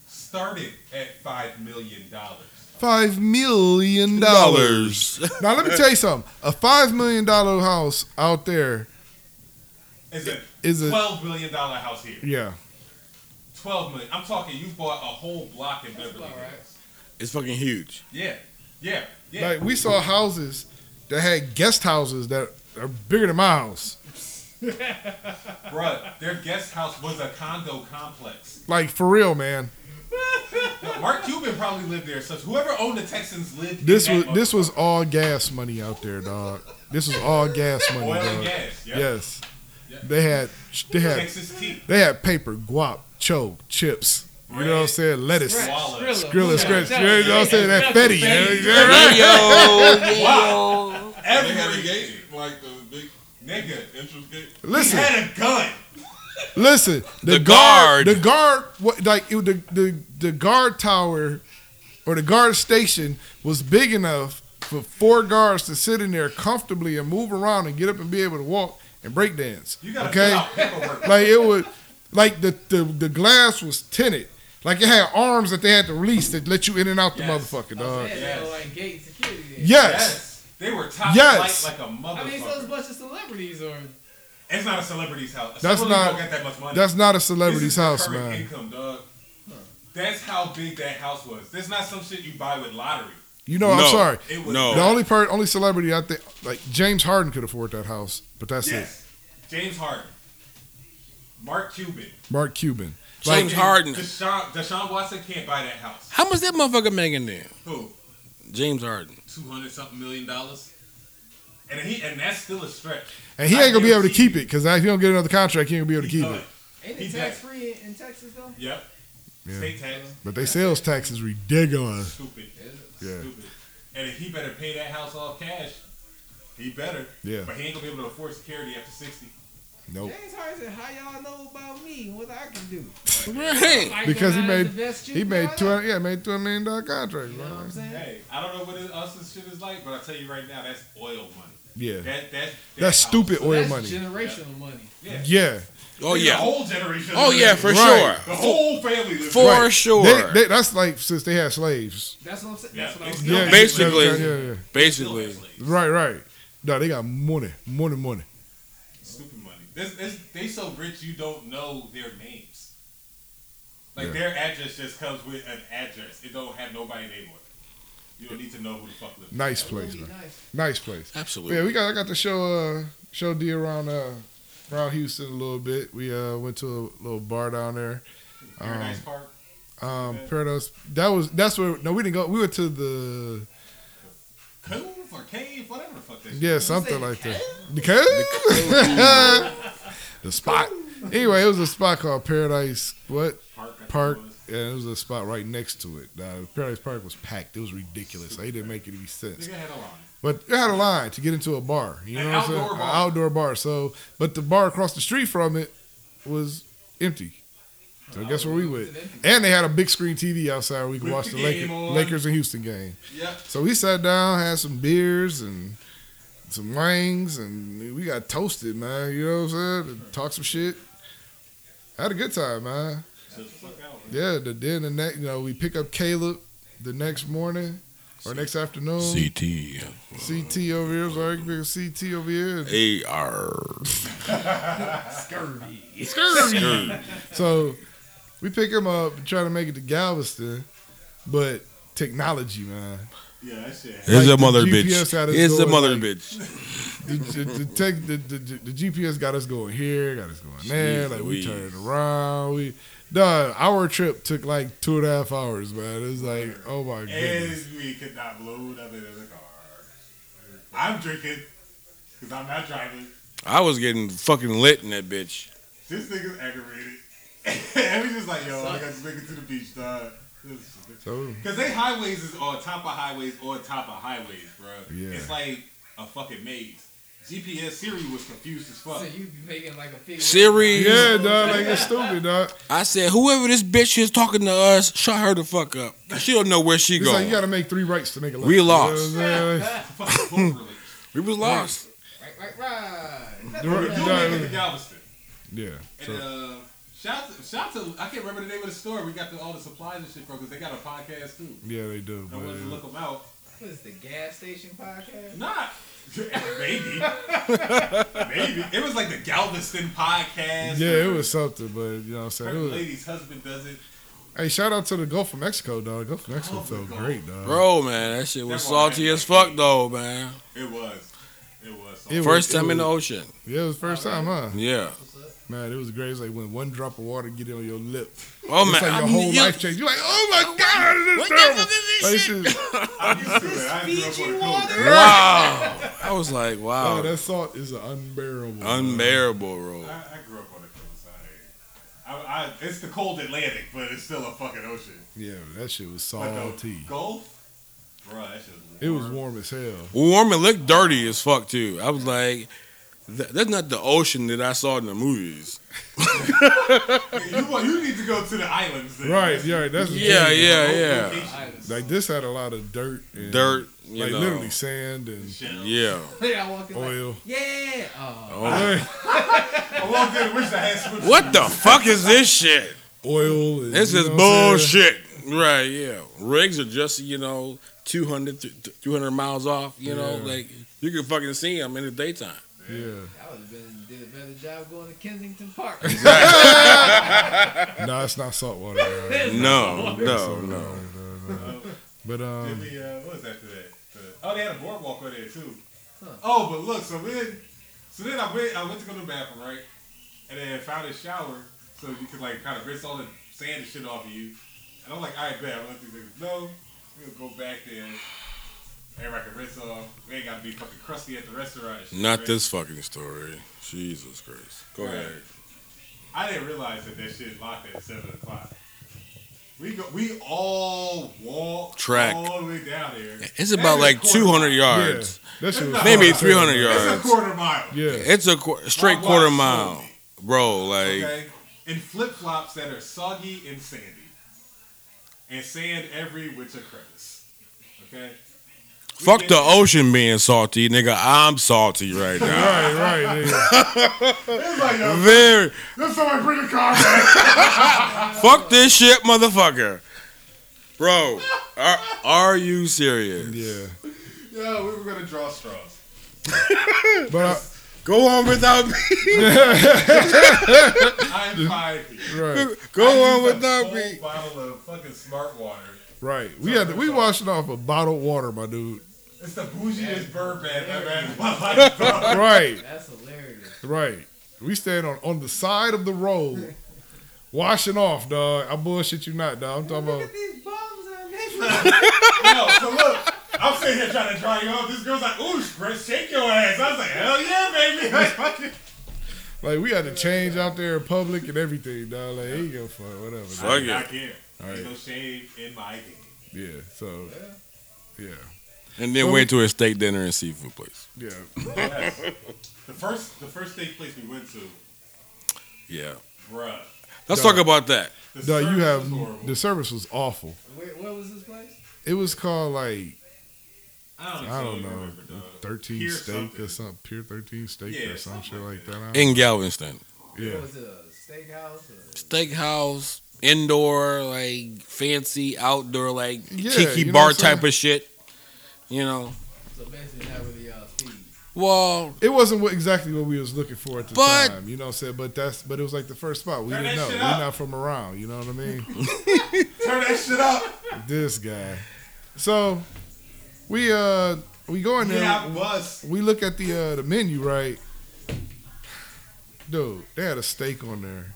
B: started at five million dollars.
C: Five million dollars. Now let me tell you something. A five million dollar house out there
B: Is it
C: is a
B: twelve million dollar house here?
C: yeah.
B: Twelve million. I'm talking. You bought a whole block in Beverly Hills.
A: about right.
D: It's fucking huge.
B: Yeah, yeah, yeah.
C: Like we saw houses that had guest houses that are bigger than my house.
B: Bruh, their guest house was a condo complex.
C: Like for real, man.
B: Mark Cuban probably lived there. So whoever owned the Texans lived.
C: This
B: in
C: was
B: that
C: this was all gas money out there, dog. This was all gas money,
B: oil and
C: dog.
B: gas. Yeah.
C: Yes.
B: Yeah.
C: They had they had
B: Texas tea.
C: they had paper, guap, cho, chips. You know what I'm saying? Lettuce.
B: Right. Swallow.
C: Grilla, scratch. You know what I'm saying? That fetty. you know what I'm saying?
B: Wow.
E: They had a
B: Every
E: gate, like the big
B: nigga.
E: entrance gate.
C: Listen.
B: He had a gun.
C: Listen, the,
D: The
C: guard,
D: guard.
C: the guard, what like it, the the the guard tower or the guard station was big enough for four guards to sit in there comfortably and move around and get up and be able to walk and break dance.
B: You gotta fill
C: okay,
B: out paperwork.
C: like it would, like the, the the glass was tinted, like it had arms that they had to release that let you in and out the
B: Yes.
C: motherfucker
A: Oh,
C: dog.
A: man,
B: Yes.
A: they were like gate security. then.
C: Yes.
B: Yes. They were top
C: Yes.
B: flight like a motherfucker.
A: I mean, so it's a bunch of celebrities or
B: It's not a celebrity's house. A
C: That's
B: celebrity
C: not-
B: Don't get that much money.
C: that's not a
B: This
C: celebrity's
B: is
C: house,
B: recurring
C: man.
B: Income, dog. That's how big that house was. That's not some shit you buy with lottery.
C: You know, I'm
D: No.
C: sorry.
B: It was
D: No.
C: The only per only celebrity I think, like James Harden, could afford that house, but that's it.
B: yes. James Harden, Mark Cuban,
C: Mark Cuban.
D: James Harden.
B: Deshaun, Deshaun Watson can't buy that house.
D: How much that motherfucker making then?
B: Who?
D: James Harden.
B: Two hundred something million dollars. And he and that's still a stretch.
C: And he
B: I
C: ain't gonna be able to
B: guarantee
C: keep it because if he don't get another contract, he ain't gonna be able to
B: he
C: keep
B: done.
C: it.
A: Ain't
B: He
A: it tax free in, in Texas though?
B: Yep.
C: Yeah.
B: State tax.
C: But they sales tax is ridiculous.
B: Stupid.
C: Yeah.
B: Stupid. And if he better pay that house off cash, he better.
C: Yeah.
B: But he ain't gonna be able to afford security after sixty.
C: Nope.
A: James Harden said, "How y'all know about me and what I can do?"
D: Right.
A: Like,
C: Because he
A: when I was
C: made-
A: the best
C: He
A: shooter
C: made
A: I
C: two
A: know.
C: yeah, made two million dollar contract.
A: You know what I'm saying?
B: Hey, I don't know what his us shit is like, but I tell you right now, that's oil money.
C: Yeah.
B: That that, that
C: That's
B: house-
C: stupid oil
A: That's
C: money.
A: generational money.
B: Yeah.
C: Yeah.
D: Oh
B: The
D: yeah.
B: whole generation.
D: Oh yeah, for
C: Right.
D: sure.
B: The whole family lives
D: For
C: Right.
D: sure.
C: They, they, that's like since they had slaves.
A: That's what I'm saying.
B: Yeah,
A: That's what I
B: they
A: was
B: still-
A: saying.
C: Yeah,
D: Basically.
C: Yeah, yeah.
D: Basically.
C: Right, right. No, they got money, money, money.
B: Stupid money. This, this, they so rich you don't know their names. Like
C: Yeah.
B: their address just comes with an address. It don't have nobody name on it. You don't need to know who the fuck lives.
C: Nice
A: That would
C: place,
A: be
C: man.
A: nice.
C: Nice place.
D: Absolutely.
C: Yeah, we got I got to show uh show D around uh around Houston a little bit. We uh went to a little bar down there.
B: Paradise Park.
C: Um
B: Yeah.
C: Paradise that was that's where no we didn't go we went to the
B: Cove or cave, whatever the fuck that shit.
C: yeah, something like that. The cave? [laughs] the spot. Anyway, it was a spot called Paradise what?
B: Park. I think
C: Park.
B: it was.
C: Yeah, it was a spot right next to it. Uh, Paradise Park was packed. It was ridiculous. They didn't make any sense.
B: Nigga had a line.
C: But they had a line to get into a bar. You know
B: An
C: what I'm saying?
B: outdoor
C: An
B: bar.
C: outdoor bar. So, but the bar across the street from it was empty. So guess where we
B: Oh,
C: went? And they had a big screen TV outside where we could
B: With
C: watch
B: the
C: the,
B: game
C: Laker-
B: on.
C: Lakers and Houston game.
B: Yep.
C: So we sat down, had some beers and some wings, and we got toasted, man. You know what I'm saying? And talked some shit. Had a good time, man.
B: Shut the fuck out. man.
C: Yeah, the, then the next, you know, we pick up Caleb the next morning or next afternoon.
D: CT.
C: CT over here. Sorry, pick a CT over here.
D: AR.
A: Scurvy.
C: So we pick him up and try to make it to Galveston, but technology, man.
B: Yeah, that shit. happened.
D: It's
C: the
D: a mother
C: GPS out
D: bitch.
C: his
D: It's a
C: door,
D: mother
C: like-
D: bitch.
C: The, the, the, tech, the, the, the GPS got us going here, got us going there.
D: Jeez
C: like we
D: Louise.
C: turned around. We done. Our trip took like two and a half hours, man. It was like, oh my
B: And
C: goodness.
B: we could not blow nothing in the car. I'm drinking because I'm not driving.
D: I was getting fucking lit in that bitch.
B: This nigga's aggravated. [laughs] and we just like, yo, I got to make it to the beach, dog.
C: So
B: Because they highways is on top of highways on top of highways, bro.
C: Yeah.
B: It's like a fucking maze. GPS Siri was confused as fuck.
A: So you be making like a figure.
D: Siri.
C: yeah, dog, like it's stupid, dog.
D: I said, whoever this bitch is talking to us, shut her the fuck up. She don't know where she
C: It's
D: going.
C: like you got to make three rights to make a left.
D: We
C: You know
D: lost.
C: what
B: [laughs]
C: I'm saying? Like,
B: Fucking boat release.
D: we was lost.
A: Right, right, right.
B: But we do
C: Yeah.
B: make it to Galveston.
C: yeah. So,
B: And uh, shout, to, shout to, I can't remember the name of the store. We got the, all the supplies and shit from because they got a podcast too.
C: yeah, they do.
B: I wanted to
C: But,
B: look them out.
A: What is the gas station podcast?
B: Not. [laughs] Maybe. Maybe. It was like the Galveston podcast.
C: yeah, it was something, but you know what I'm saying?
B: Her
C: It was,
B: lady's husband does it.
C: Hey, shout out to the Gulf of Mexico, dog. Gulf of Mexico
B: Oh, Gulf of
C: felt
B: Mexico.
C: great, dog.
D: Bro, man, that shit was
B: That one
D: salty
B: had
D: as
B: no
D: fuck
B: heat.
D: though, man.
B: It was. It was.
C: It was-
D: First time in the ocean.
C: Yeah, it was the first time, huh?
D: Yeah.
C: Man, it was great. It's like when one drop of water get on your lip.
D: Oh
C: It's like
D: man,
C: your
D: I'm-
C: whole
D: you-
C: life changed. You're like, oh my god, this is
D: What the
C: terrible.
D: fuck is
C: Like,
D: this shit?
C: shit-
D: [laughs]
B: I'm used to it. I grew up
A: Fiji
B: on a coast.
A: water.
D: Wow. I was like,
C: Oh,
D: wow.
C: that salt is unbearable.
D: Unbearable,
B: I,
D: bro.
B: I grew up on the coast. I, I, I, it's the cold Atlantic, but it's still a fucking ocean.
C: Yeah, that shit was
B: But the
C: salty.
B: Gulf? Bro, that shit was
C: It was
B: warm.
C: warm as hell.
D: Warm and looked dirty as fuck too. I was like, "Th- that's not the ocean that I saw in the movies.
B: you, want- you need to go to the islands. Then.
C: Right, yeah, right, that's the
D: Yeah,
C: thing.
D: yeah,
B: Remote
D: yeah.
B: locations.
C: Like this had a lot of dirt, and
D: Dirt, you
C: like
D: know.
C: literally sand and
B: Shit.
D: Yeah.
A: [laughs] Yeah, I walked in like,
C: oil.
A: yeah. Oh,
D: Oh.
B: I walked in and wished I had swimsuit.
D: What the fuck is this shit?
C: [laughs] Oil. And,
D: This
C: you
D: is
C: know what I'm saying?
D: bullshit. Right, yeah. Rigs are just, you know, 200, th- th- 300 miles off, you know,
C: Yeah.
D: like you can fucking see them in the daytime.
C: Yeah,
A: I would have been did a better job going to Kensington Park. [laughs]
C: no, it's not salt water.
B: [laughs]
C: right?
D: No, no, no.
C: But
B: Did
C: um,
B: we, uh, what was after that? The- oh, they had a boardwalk over there too. Oh, but look, so then, so then I went, I went to go to the bathroom, right? And then found a shower so you could like kind of rinse all the sand and shit off of you. And I'm like, all right, bet. I'm gonna do this. No, we're gonna go back there. Everybody can rinse off. They ain't got to be fucking crusty at the restaurant. and shit,
D: Not
B: right?
D: this fucking story. Jesus Christ. Go
B: Right.
D: ahead.
B: I didn't realize that that shit locked at seven o'clock. We go, we all walk
D: Track.
B: all the way down there.
D: It's
B: That's
D: about
B: a
D: like
B: quarter
D: 200
B: mile.
C: Yeah,
D: yards.
C: that shit was
D: Maybe
C: fun.
D: 300
B: It's
D: yards.
B: a quarter mile.
C: Yeah,
D: It's a qu- straight
B: My wife
D: quarter
B: showed
D: mile,
B: me,
D: bro. Like
B: Okay, in flip flops that are soggy and sandy, and sand every which a crevice. Okay, We
D: fuck
B: get-
D: the ocean being salty, nigga. I'm salty right now.
C: right, right. Yeah.
B: It's like yo,
D: Very
B: let somebody bring a car back.
D: fuck this shit, motherfucker, bro. Are, are you serious?
C: Yeah,
B: yo, we were gonna draw straws.
C: but
D: Go on without me. [laughs]
B: I'm five.
C: I, uh, right,
D: Go
B: I
D: on
B: used a
D: without
B: whole
D: me.
B: Bottle of fucking smart water.
C: right. We had to, we washing off a bottled water, my dude.
B: It's the bougiest bird bath I've had in my life. bro.
C: Right,
A: That's hilarious.
C: right. We stand on on the side of the road, washing off, dog. I bullshit you not, dog. I'm talking about.
A: these bums on this
B: [laughs] Yo, so look, I'm sitting here trying to dry you up. This girl's like, ooh, Chris, shake your ass. I was like, hell yeah, baby. [laughs] Like, fucking-
C: Like we had to change out there in public and everything, dog. Like here you go, fuck, whatever.
D: Fuck.
C: dog.
B: I
D: it.
B: do not care. There's
C: Alright.
B: no shame in my game.
C: Yeah. So, yeah,
D: And then went to a steak dinner and seafood place.
C: yeah.
B: Yes. the first, the first steak place we went to,
D: Yeah.
B: bruh.
D: Let's
C: Dog.
D: talk about that.
B: The
C: Dog, you
B: service
C: have
B: was horrible.
C: the service was awful.
A: Wait, what was this place?
C: It was called like
B: I don't,
C: I don't
B: know.
C: know,
B: Remember, dog.
C: thirteen
B: Pure
C: steak
B: something.
C: or something, pure thirteen steak
B: Yeah,
C: or some
B: something
C: shit like
B: like
C: that. I don't-
D: In Galveston.
C: yeah,
A: What was it? A steakhouse? Or
D: Steakhouse, indoor, like fancy, outdoor, like
C: Yeah,
D: tiki
C: you know
D: bar
C: what I'm saying?
D: type of shit. You know?
A: so basically not really y'all uh, speed.
D: Well,
C: it wasn't what, exactly what we was looking for at the
D: But-
C: time. You know, what I'm saying, but that's but it was like the first spot. We
B: Turn
C: didn't
B: that
C: know. We're
B: shit up.
C: not from around. You know what I mean?
B: Turn that shit up.
C: this guy. So we uh we go in there.
B: Yeah, I bust.
C: we look at the uh, the menu, right? Dude, they had a steak on there.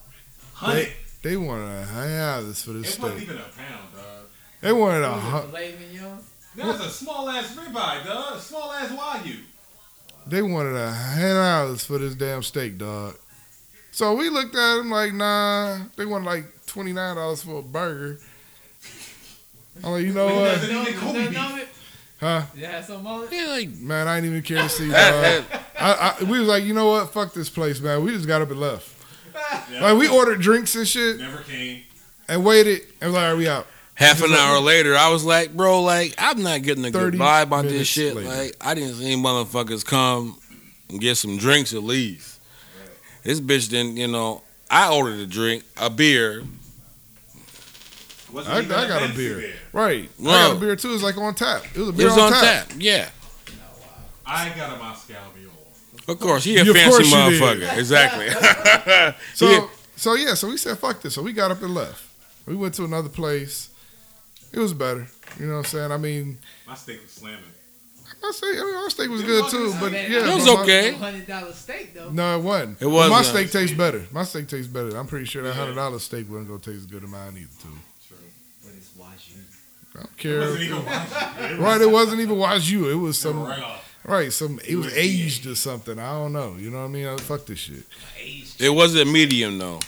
B: Honey,
C: They wanted a halves for this
B: it wasn't
C: steak.
B: even a pound, dog.
C: They wanted a
A: Was it
C: hu-
A: filet mignon?
B: That was a small ass ribeye, dog. A small ass wagyu.
C: they wanted a halves for this damn steak, dog. So we looked at them like, nah. They wanted like twenty nine dollars for a burger. I'm like, you know
B: Well,
C: what,
B: doesn't- They only
A: Was
B: Kobe
A: there
B: beef.
A: nugget?
C: huh?
A: Did it have something on it?
D: yeah, like
C: Man, I didn't even care to see. Dog. I, I, we was like, you know what? Fuck this place, man. We just got up and left.
B: Yeah.
C: Like we ordered drinks and shit
B: Never came.
C: and waited and was like, are we out?
D: half an hour later, I was like, bro, like I'm not getting a good
C: 30
D: vibe about this
C: minutes
D: shit.
C: later.
D: Like I didn't see any motherfuckers come and get some drinks and leave. This bitch didn't, you know. I ordered a drink, a beer.
B: Wasn't
C: I, I
B: even
C: got a
B: fancy
C: beer.
B: there.
C: Right.
D: No.
C: I got a beer too. It was like on tap. It was a
D: It
C: beer
D: was
C: on, tap.
D: tap. Yeah,
B: I got a Moscow Mule.
D: of course. He a
C: Yeah, of
D: fancy
C: course you did.
D: motherfucker. Exactly. [laughs]
C: So
D: Yeah.
C: so yeah, so we said fuck this. So we got up and left. We went to another place. It was better. You know what I'm saying? I mean,
B: My steak was slamming.
C: I say I mean, our steak was good too, but
A: I mean,
C: yeah,
D: It was
C: but my-
D: okay.
A: Hundred dollar steak though.
B: [laughs]
C: No, it wasn't.
D: It was
C: My
D: nice.
C: steak tastes better. My steak tastes better. I'm pretty sure that hundred dollar steak wasn't gonna taste as good as mine either too.
B: True.
A: But it's wagyu.
C: I don't
B: It wasn't
C: care.
B: even wagyu.
C: Right, it wasn't even Wazoo. It was
B: They were
C: some
B: right off.
C: right, some it was
B: USDA.
C: aged or something. I don't know. You know what I mean? I fuck this shit.
A: Aged.
D: it wasn't medium though.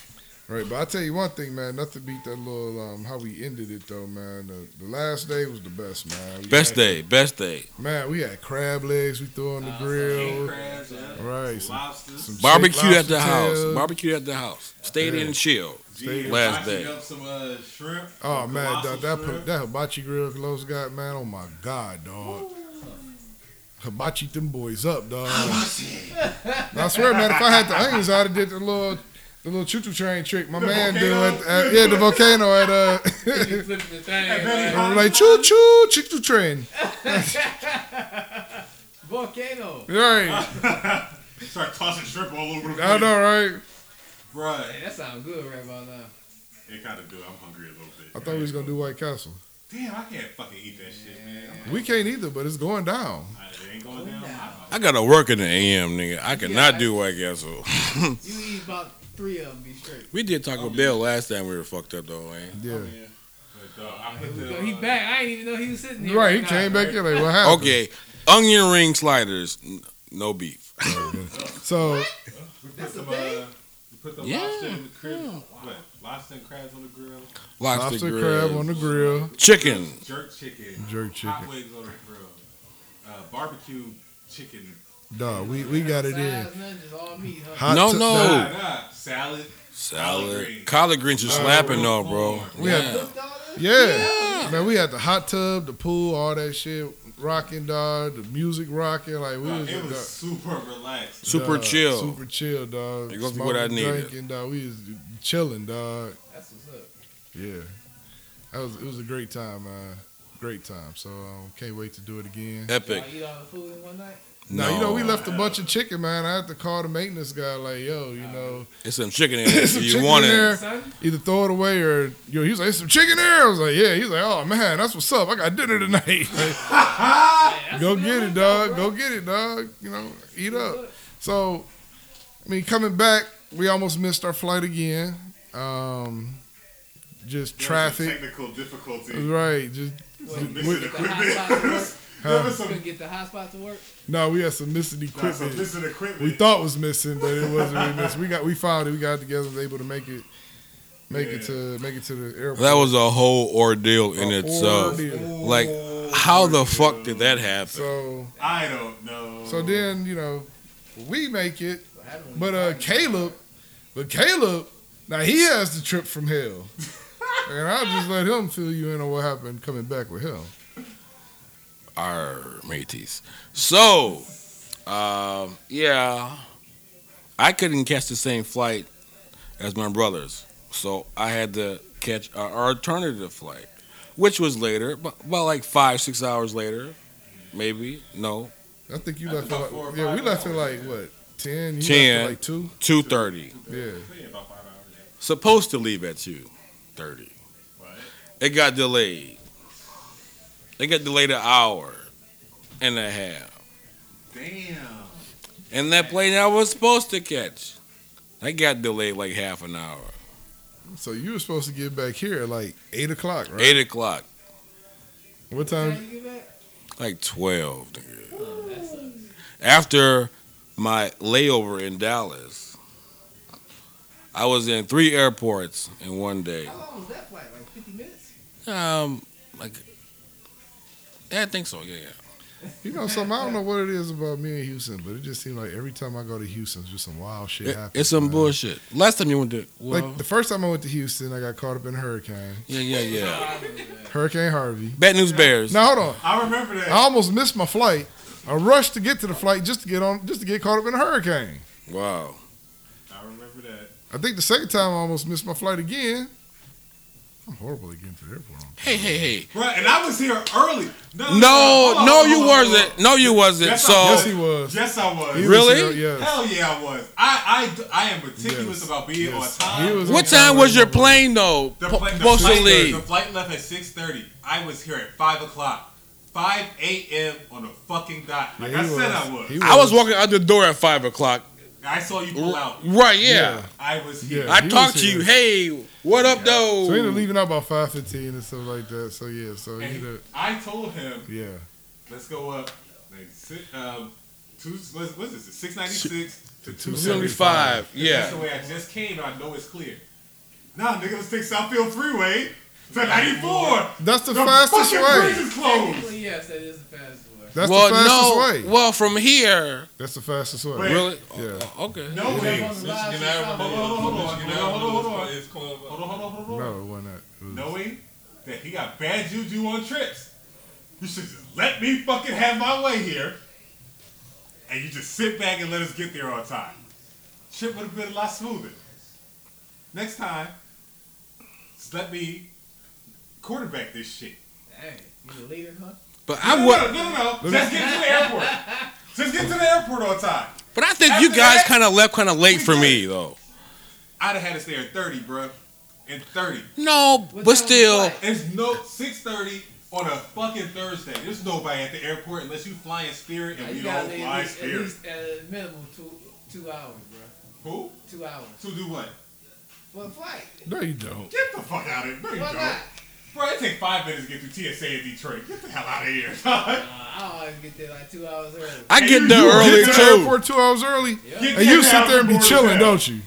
C: Right, but I tell you one thing, man. Nothing beat that little um, how we ended it though, man. The, the last day was the best, man. We
D: Best
C: had-
D: day. Best day.
C: man. We had crab legs we threw on the grill,
B: King crabs, yeah.
C: right? Some,
B: Lobsters.
C: some
D: Barbecue
C: shake
D: at the
C: lobster
D: house.
C: tail.
D: Barbecue at the house. Stayed in
C: Yeah.
D: and chill.
B: Gee,
D: last
B: I
D: day.
B: shoot Up some uh, shrimp.
C: oh
B: some
C: man,
B: colossal
C: dog, that
B: shrimp.
C: that hibachi grill Close got, man. Oh my god, dog. Hibachi them boys up, dog. I swear, man. If I had the onions, I'd have did the little. The little choo-choo train trick my man do
B: volcano?
C: at, at yeah the volcano at uh
A: You flipping the thing.
B: Hey,
A: like,
B: Benny,
C: I'm like choo choo choo choo train
A: Volcano.
C: right
B: Start tossing shrimp all over the place.
C: I know right
B: Bruh.
A: Hey, that sounds good right about now.
B: It kind of do. I'm hungry a little bit.
C: I thought we was gonna do White Castle.
B: Damn, I can't fucking eat that shit, man. I'm-
C: We can't either, but it's going down.
B: I, it ain't going down. I-
D: I gotta work in the AM, nigga. I cannot
A: Yeah.
D: do White Castle.
A: You eat about three of them, be straight.
C: Oh,
D: we did Taco Bell last time we were fucked up though, man.
C: Yeah,
B: But So I put the, uh,
A: So he back. I didn't even know he was sitting here.
C: Right, he
A: now.
C: came back in like, what happened?
D: Okay, onion ring sliders, n- no beef.
C: So
B: We put
A: That's
B: some,
A: a thing?
B: uh, we put the
D: Yeah,
B: lobster in the crib. What? Lobster and crabs on the grill.
D: Lobster,
C: lobster
D: grill.
C: crab on the grill,
D: chicken.
B: Jerk chicken.
C: Jerk
B: Hot
C: chicken.
B: wings on the grill. Uh, barbecue chicken.
C: dog. We we got it in.
A: Sides, nothing, just all meat, huh?
C: Hot
D: No,
C: to-
D: no.
C: nah,
B: Nah, nah. Salad.
D: Salad,
B: greens.
D: collard greens are slapping though, bro.
C: We
D: yeah.
C: had Yeah. Man, we had the hot tub, the pool, all that shit rocking, dog. The music rocking. Like, we
B: Nah,
C: was,
B: it was
C: dog,
B: super relaxed.
D: super
C: dog,
D: chill.
C: Super chill, dog.
D: It goes with what I
C: Smoking,
D: needed.
C: Drinking, dog. We was chilling, dog.
A: That's what's up.
C: Yeah. That was, it was a great time, man. Great time. So, um, can't wait to do it again.
D: Epic.
A: Y'all eat all the food in one night?
C: Now, you know, we left a
B: No.
C: bunch of chicken, man. I had to call the maintenance guy, like, yo, you know,
D: It's some chicken in there.
C: [laughs]
D: if
C: Some
D: you
C: chicken
D: want
C: in there.
D: it?
A: Son?
C: either throw it away or, you know, he was like, "There's some chicken there. I was like, yeah. He's like, oh, man, that's what's up. I got dinner tonight. [laughs] Like,
A: That's
C: Go
A: what
C: get
A: I'm
C: it,
A: about,
C: dog.
A: bro.
C: Go get it, dog. You know, eat up. So, I mean, coming back, we almost missed our flight again. Um, just
B: There was some
C: traffic, Mm.
B: Technical difficulty.
C: right? Just
B: Missing
A: The
C: [laughs]
A: hot spot to work.
B: equipment. There was some
A: Couldn't get the hot spot to work.
C: no, we had some missing
B: Nah, so
C: equipment.
B: this is equipment.
C: We thought was missing, but it wasn't really missing. We got, we found it. We got together, was able to make it, make it to, make it to the airport.
D: That was a whole ordeal in
C: A
D: itself.
C: ordeal.
B: Oh,
D: Like, how the fuck did that happen?
C: So,
B: I don't know.
C: so then you know, we make it.
A: What happened when
C: But
A: you
C: uh,
A: got
C: Caleb, but Caleb, now he has the trip
B: [laughs]
C: from hell, and I'll just let him fill you in on what happened coming back with him.
D: Our mateys. So, um, yeah, I couldn't catch the same flight as my brothers, so I had to catch our alternative flight, which was later, but about like five, six hours later, maybe no,
C: I think you
B: That's
C: left at
B: about four
C: like
B: or
C: yeah, we
B: five
C: left at like
B: hours,
C: what ten? You
D: 10.
C: left at like two.
D: two thirty.
C: Yeah,
B: Yeah, about five hours. yeah.
D: Supposed to leave at two thirty.
B: But
D: It got delayed. It got delayed an hour and a half.
B: damn.
D: And that plane I was supposed to catch, that got delayed like half an hour.
C: so you were supposed to get back here at like eight o'clock, right?
D: Eight o'clock,
A: back?
C: What time?
A: How you get back?
D: like twelve. nigga.
A: Oh, that sucks.
D: After my layover in Dallas, I was in three airports in one day.
A: How long was that flight? Like 50 minutes?
D: Um, like, yeah, I think so. Yeah, yeah.
C: You know something? I don't know what it is about me and Houston, but it just seems like every time I go to Houston, just some wild shit
D: It-
C: happens.
D: it's some
C: man.
D: bullshit. Last time you went to, well,
C: Like the first time I went to Houston, I got caught up in a hurricane,
D: yeah, yeah, yeah.
C: Hurricane Harvey.
D: Bad News Bears.
C: Now hold on.
B: I remember that.
C: I almost missed my flight. I rushed to get to the flight just to get on, just to get caught up in a hurricane.
D: Wow.
B: I remember that.
C: I think the second time I almost missed my flight again. I'm horrible at getting to the airport.
D: Hey, hey, hey.
B: Right, and I was here early. No,
D: No,
B: hold
D: no,
B: on,
D: you
B: hold on, hold on.
D: wasn't. No, you wasn't.
B: Yes, I
D: So
C: Yes, he was.
B: Yes, I was.
C: He was
D: Oh, Really?
C: here, yes.
B: Hell yeah, I was. I, I, I am meticulous
C: Yes.
B: about being
C: Yes.
B: on time.
C: He was-
D: what time was your plane though?
B: the,
D: po-
B: flight- the,
D: Supposed to
B: flight, the,
D: leave.
B: flight left at six thirty. I was here at five o'clock, five a.m. on the fucking dot. Like
C: Yeah,
B: I
C: he
B: said, I
C: was.
B: was.
C: He
D: I was walking out the door at five o'clock.
B: I saw you pull out.
D: Right, yeah.
B: I was here.
C: Yeah.
D: I
C: he
D: talked
C: was
D: to you.
C: here.
D: Hey, what up,
C: So
D: though?
C: he ended up leaving out about five fifteen and stuff like that. So yeah, so he
B: And
C: ended up-
B: I told him,
C: yeah.
B: let's go up. Like, si um, two, what, what is it? Six ninety six to two seventy five.
D: 275.
B: That's
D: Yeah.
B: the way I just came. I know it's clear. Nah, nigga, let's take Southfield Freeway to 94.
C: That's the,
B: The
C: fastest
B: fucking bridge
C: way.
B: is closed.
A: Technically, yes, that is the fastest way.
C: That's the
D: well,
C: fastest
D: no.
C: way.
D: Well, from here,
C: That's the fastest way.
B: Wait.
D: really?
C: Yeah.
D: Oh, Okay.
B: No way.
A: Up on the live since
B: Hold on,
A: Sunday.
B: hold on, hold on, hold on, hold on. Hold on, hold on, hold on.
C: No, why not? It was-
B: Knowing that he got bad juju on trips, you should just let me fucking have my way here, and you just sit back and let us get there on time. Shit would have been a lot smoother. Next time, just let me quarterback this shit.
A: Dang, you a leader, huh?
D: But
B: No,
D: I
B: no,
D: would.
B: no, no, no, no. Just get to the airport. Just get to the airport on time.
D: But I think you
B: After
D: guys
B: that-
D: kind of left kind of late
B: We
D: for
B: did.
D: me though.
B: I'd have had us there at 30, bruh. At 30.
D: No,
A: What time
D: but
A: was
D: still,
A: your flight?
B: It's no 6.30 on a fucking Thursday. There's nobody at the airport unless you fly in Spirit,
A: Now,
B: and
A: you
B: we
A: gotta
B: don't
A: leave at
B: fly in
A: least, at
B: Spirit.
A: least at a minimum two two hours, bro.
B: Who?
A: Two hours
B: To do what?
A: for a flight.
C: No, you don't.
B: Get the fuck out of here. No, you
A: Why
B: don't.
A: not?
B: Bro, it take five minutes to get through TSA in Detroit. Get the hell out of here. [laughs] dog.
A: I always get there like two hours early.
D: I get there
C: You get
D: early
C: to the
D: too.
C: airport two hours early,
A: Yeah.
B: Get
C: and you
B: that
C: sit
B: out
C: there and be
B: before the
C: chilling,
B: town.
C: don't you?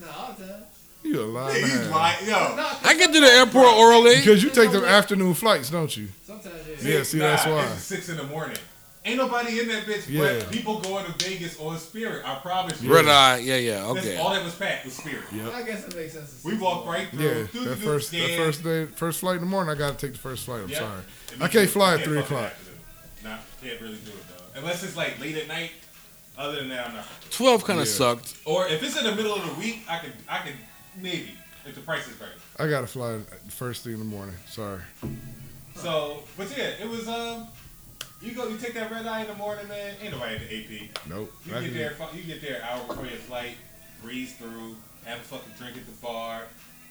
A: No, all the time.
C: You a liar.
B: He's lying. Yo,
A: No,
D: I get to the airport early.
C: Because you take them afternoon flights, don't you?
A: sometimes yeah.
C: Yeah, see, that's
B: Nah,
C: why.
B: It's six in the morning. Ain't nobody in that bitch,
C: Yeah.
B: but people going to Vegas on Spirit. I promise you.
D: Red eye. Yeah, yeah.
B: That's
D: Okay.
B: all that was packed was Spirit.
A: I guess it makes sense. to
B: We
A: see.
B: walked right through.
C: Yeah,
B: through
C: that
B: the
C: first
B: scan.
C: that first day, first flight in the morning. I gotta take the first flight. I'm
B: Yeah.
C: sorry,
B: And
C: I
B: we- we
C: can't fly at
B: can't
C: three
B: fucking
C: o'clock.
B: have to do it. Nah, can't really do it though. Unless it's like late at night. Other than that, I'm not.
D: Twelve kind of
C: Yeah.
D: sucked.
B: Or if it's in the middle of the week, I could, I could maybe if the price is right.
C: I gotta fly first thing in the morning. Sorry.
B: So, but yeah, it was. Um, you go, you take that red eye in the morning, man. Ain't nobody at the AP.
C: Nope.
B: You
C: I
B: get
C: can-
B: there, fu- you get there an hour before your flight, breeze through, have a fucking drink at the bar,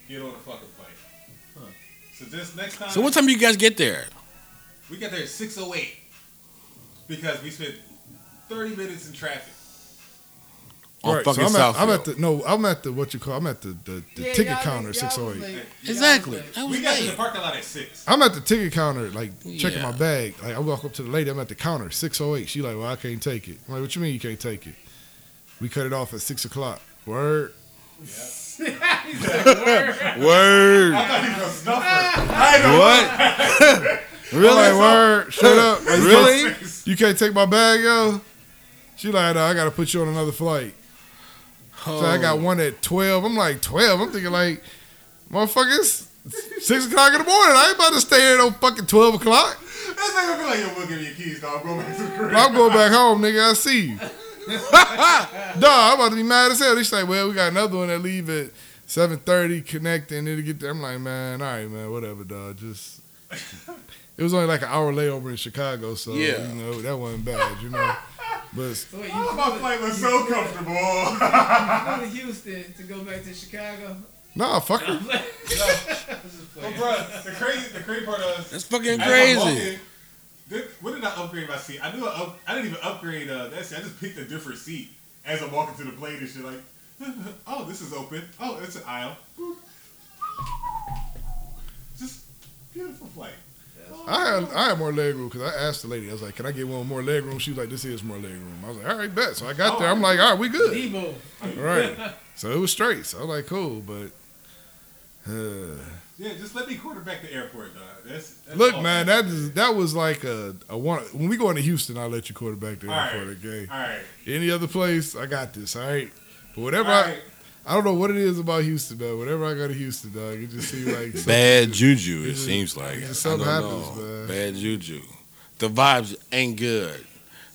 B: get on the fucking plane. So this next time,
D: So what time do you guys get there?
B: we got there at six oh eight because we spent thirty minutes in traffic.
D: On
C: Right, so
D: fucking
C: I'm
D: Southfield.
C: at, I'm at the no. I'm at the what you call. I'm at the the, the
A: Yeah,
C: ticket
A: y'all
C: counter.
A: was- y'all
C: Six oh
A: was
C: eight.
A: late. Y'all was
D: exactly.
A: late.
D: I was
B: We got to the
D: late.
B: parking lot at six.
C: I'm at the ticket counter, like checking my
D: Yeah.
C: bag. Like I walk up to the lady. I'm at the counter. Six oh eight. She like, well, I can't take it. I'm like, what you mean you can't take it? We cut it off at six o'clock. Word.
A: He's like, "Word."
B: [laughs]
D: Word.
B: I thought he was a snuffer.
D: What?
C: [laughs] I'm like,
D: really?
C: word. Shut
D: [laughs]
C: up. Like,
D: Really?
C: You can't take my bag, yo. She like, no, I gotta put you on another flight. So I got
D: Oh.
C: one at twelve. I'm like twelve. I'm thinking like, motherfuckers, six o'clock in the morning. I ain't about to stay here no fucking twelve o'clock.
B: That's not gonna be like, yo, we'll give you your keys, dog. Go back to the crib.
C: I'm going back home, nigga. I see you. [laughs] Dog, I'm about to be mad as hell. They say, well, we got another one that leave at seven thirty, connect, and it'll get there. I'm like, man, all right, man, whatever, dog. Just it was only like an hour layover in Chicago, so
D: Yeah.
C: you know that wasn't bad, you know. But
A: So wait, you
B: Oh, my flight was so comfortable. [laughs] I
A: flew to Houston to go back to Chicago?
C: nah, fuck her.
A: I'm just
B: But
A: playing.
B: bruh, the crazy, the crazy part was
D: That's
B: as
D: fucking
B: I'm
D: crazy.
B: walking, did- What did I upgrade my seat? I knew I, up, I didn't even upgrade uh, that seat. I just picked a different seat as I'm walking to the plane and shit. Like, [laughs] oh, this is open. Oh, it's an aisle. Boop. Just beautiful flight.
C: I had I had more leg room because I asked the lady. I was like, "Can I get one more leg room?" She was like, "This is more leg room." I was like, "All right, bet." So I got there. I'm like, "All right, we good."
A: Debo.
C: All right. So it was straight. So I was like, "Cool," but. uh,
B: Yeah, just let me quarterback the airport, dog. That's, that's
C: Look,
B: all.
C: man, that is that was like a, a one. When we go into Houston, I'll let you quarterback the
B: All right.
C: airport game.
B: All right.
C: Any other place, I got this. All right, but
B: All
C: whatever
B: right.
C: I, I don't know what it is about Houston, man. Whenever I go to Houston, dog, it just seems
D: [laughs]
C: like something
D: Bad
C: just-
D: juju. It
C: it's just-
D: seems like.
C: it's just
D: I don't
C: something happens,
D: know.
C: man.
D: Bad juju. The vibes ain't good.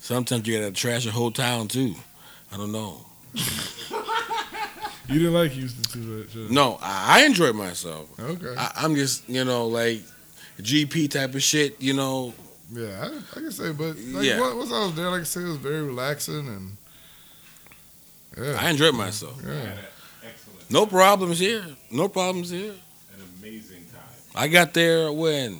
D: Sometimes you gotta trash a whole town too. I don't know.
C: You didn't like Houston too much. huh?
D: No, I, I enjoyed myself.
C: Okay.
D: I, I'm just, you know, like GP type of shit, you know.
C: yeah, I, I can say, but like,
D: Yeah.
C: once I was there, like I said, it was very relaxing and yeah,
D: I enjoyed myself.
C: yeah.
B: Excellent.
D: No problems here. No problems here.
B: An amazing time.
D: I got there when?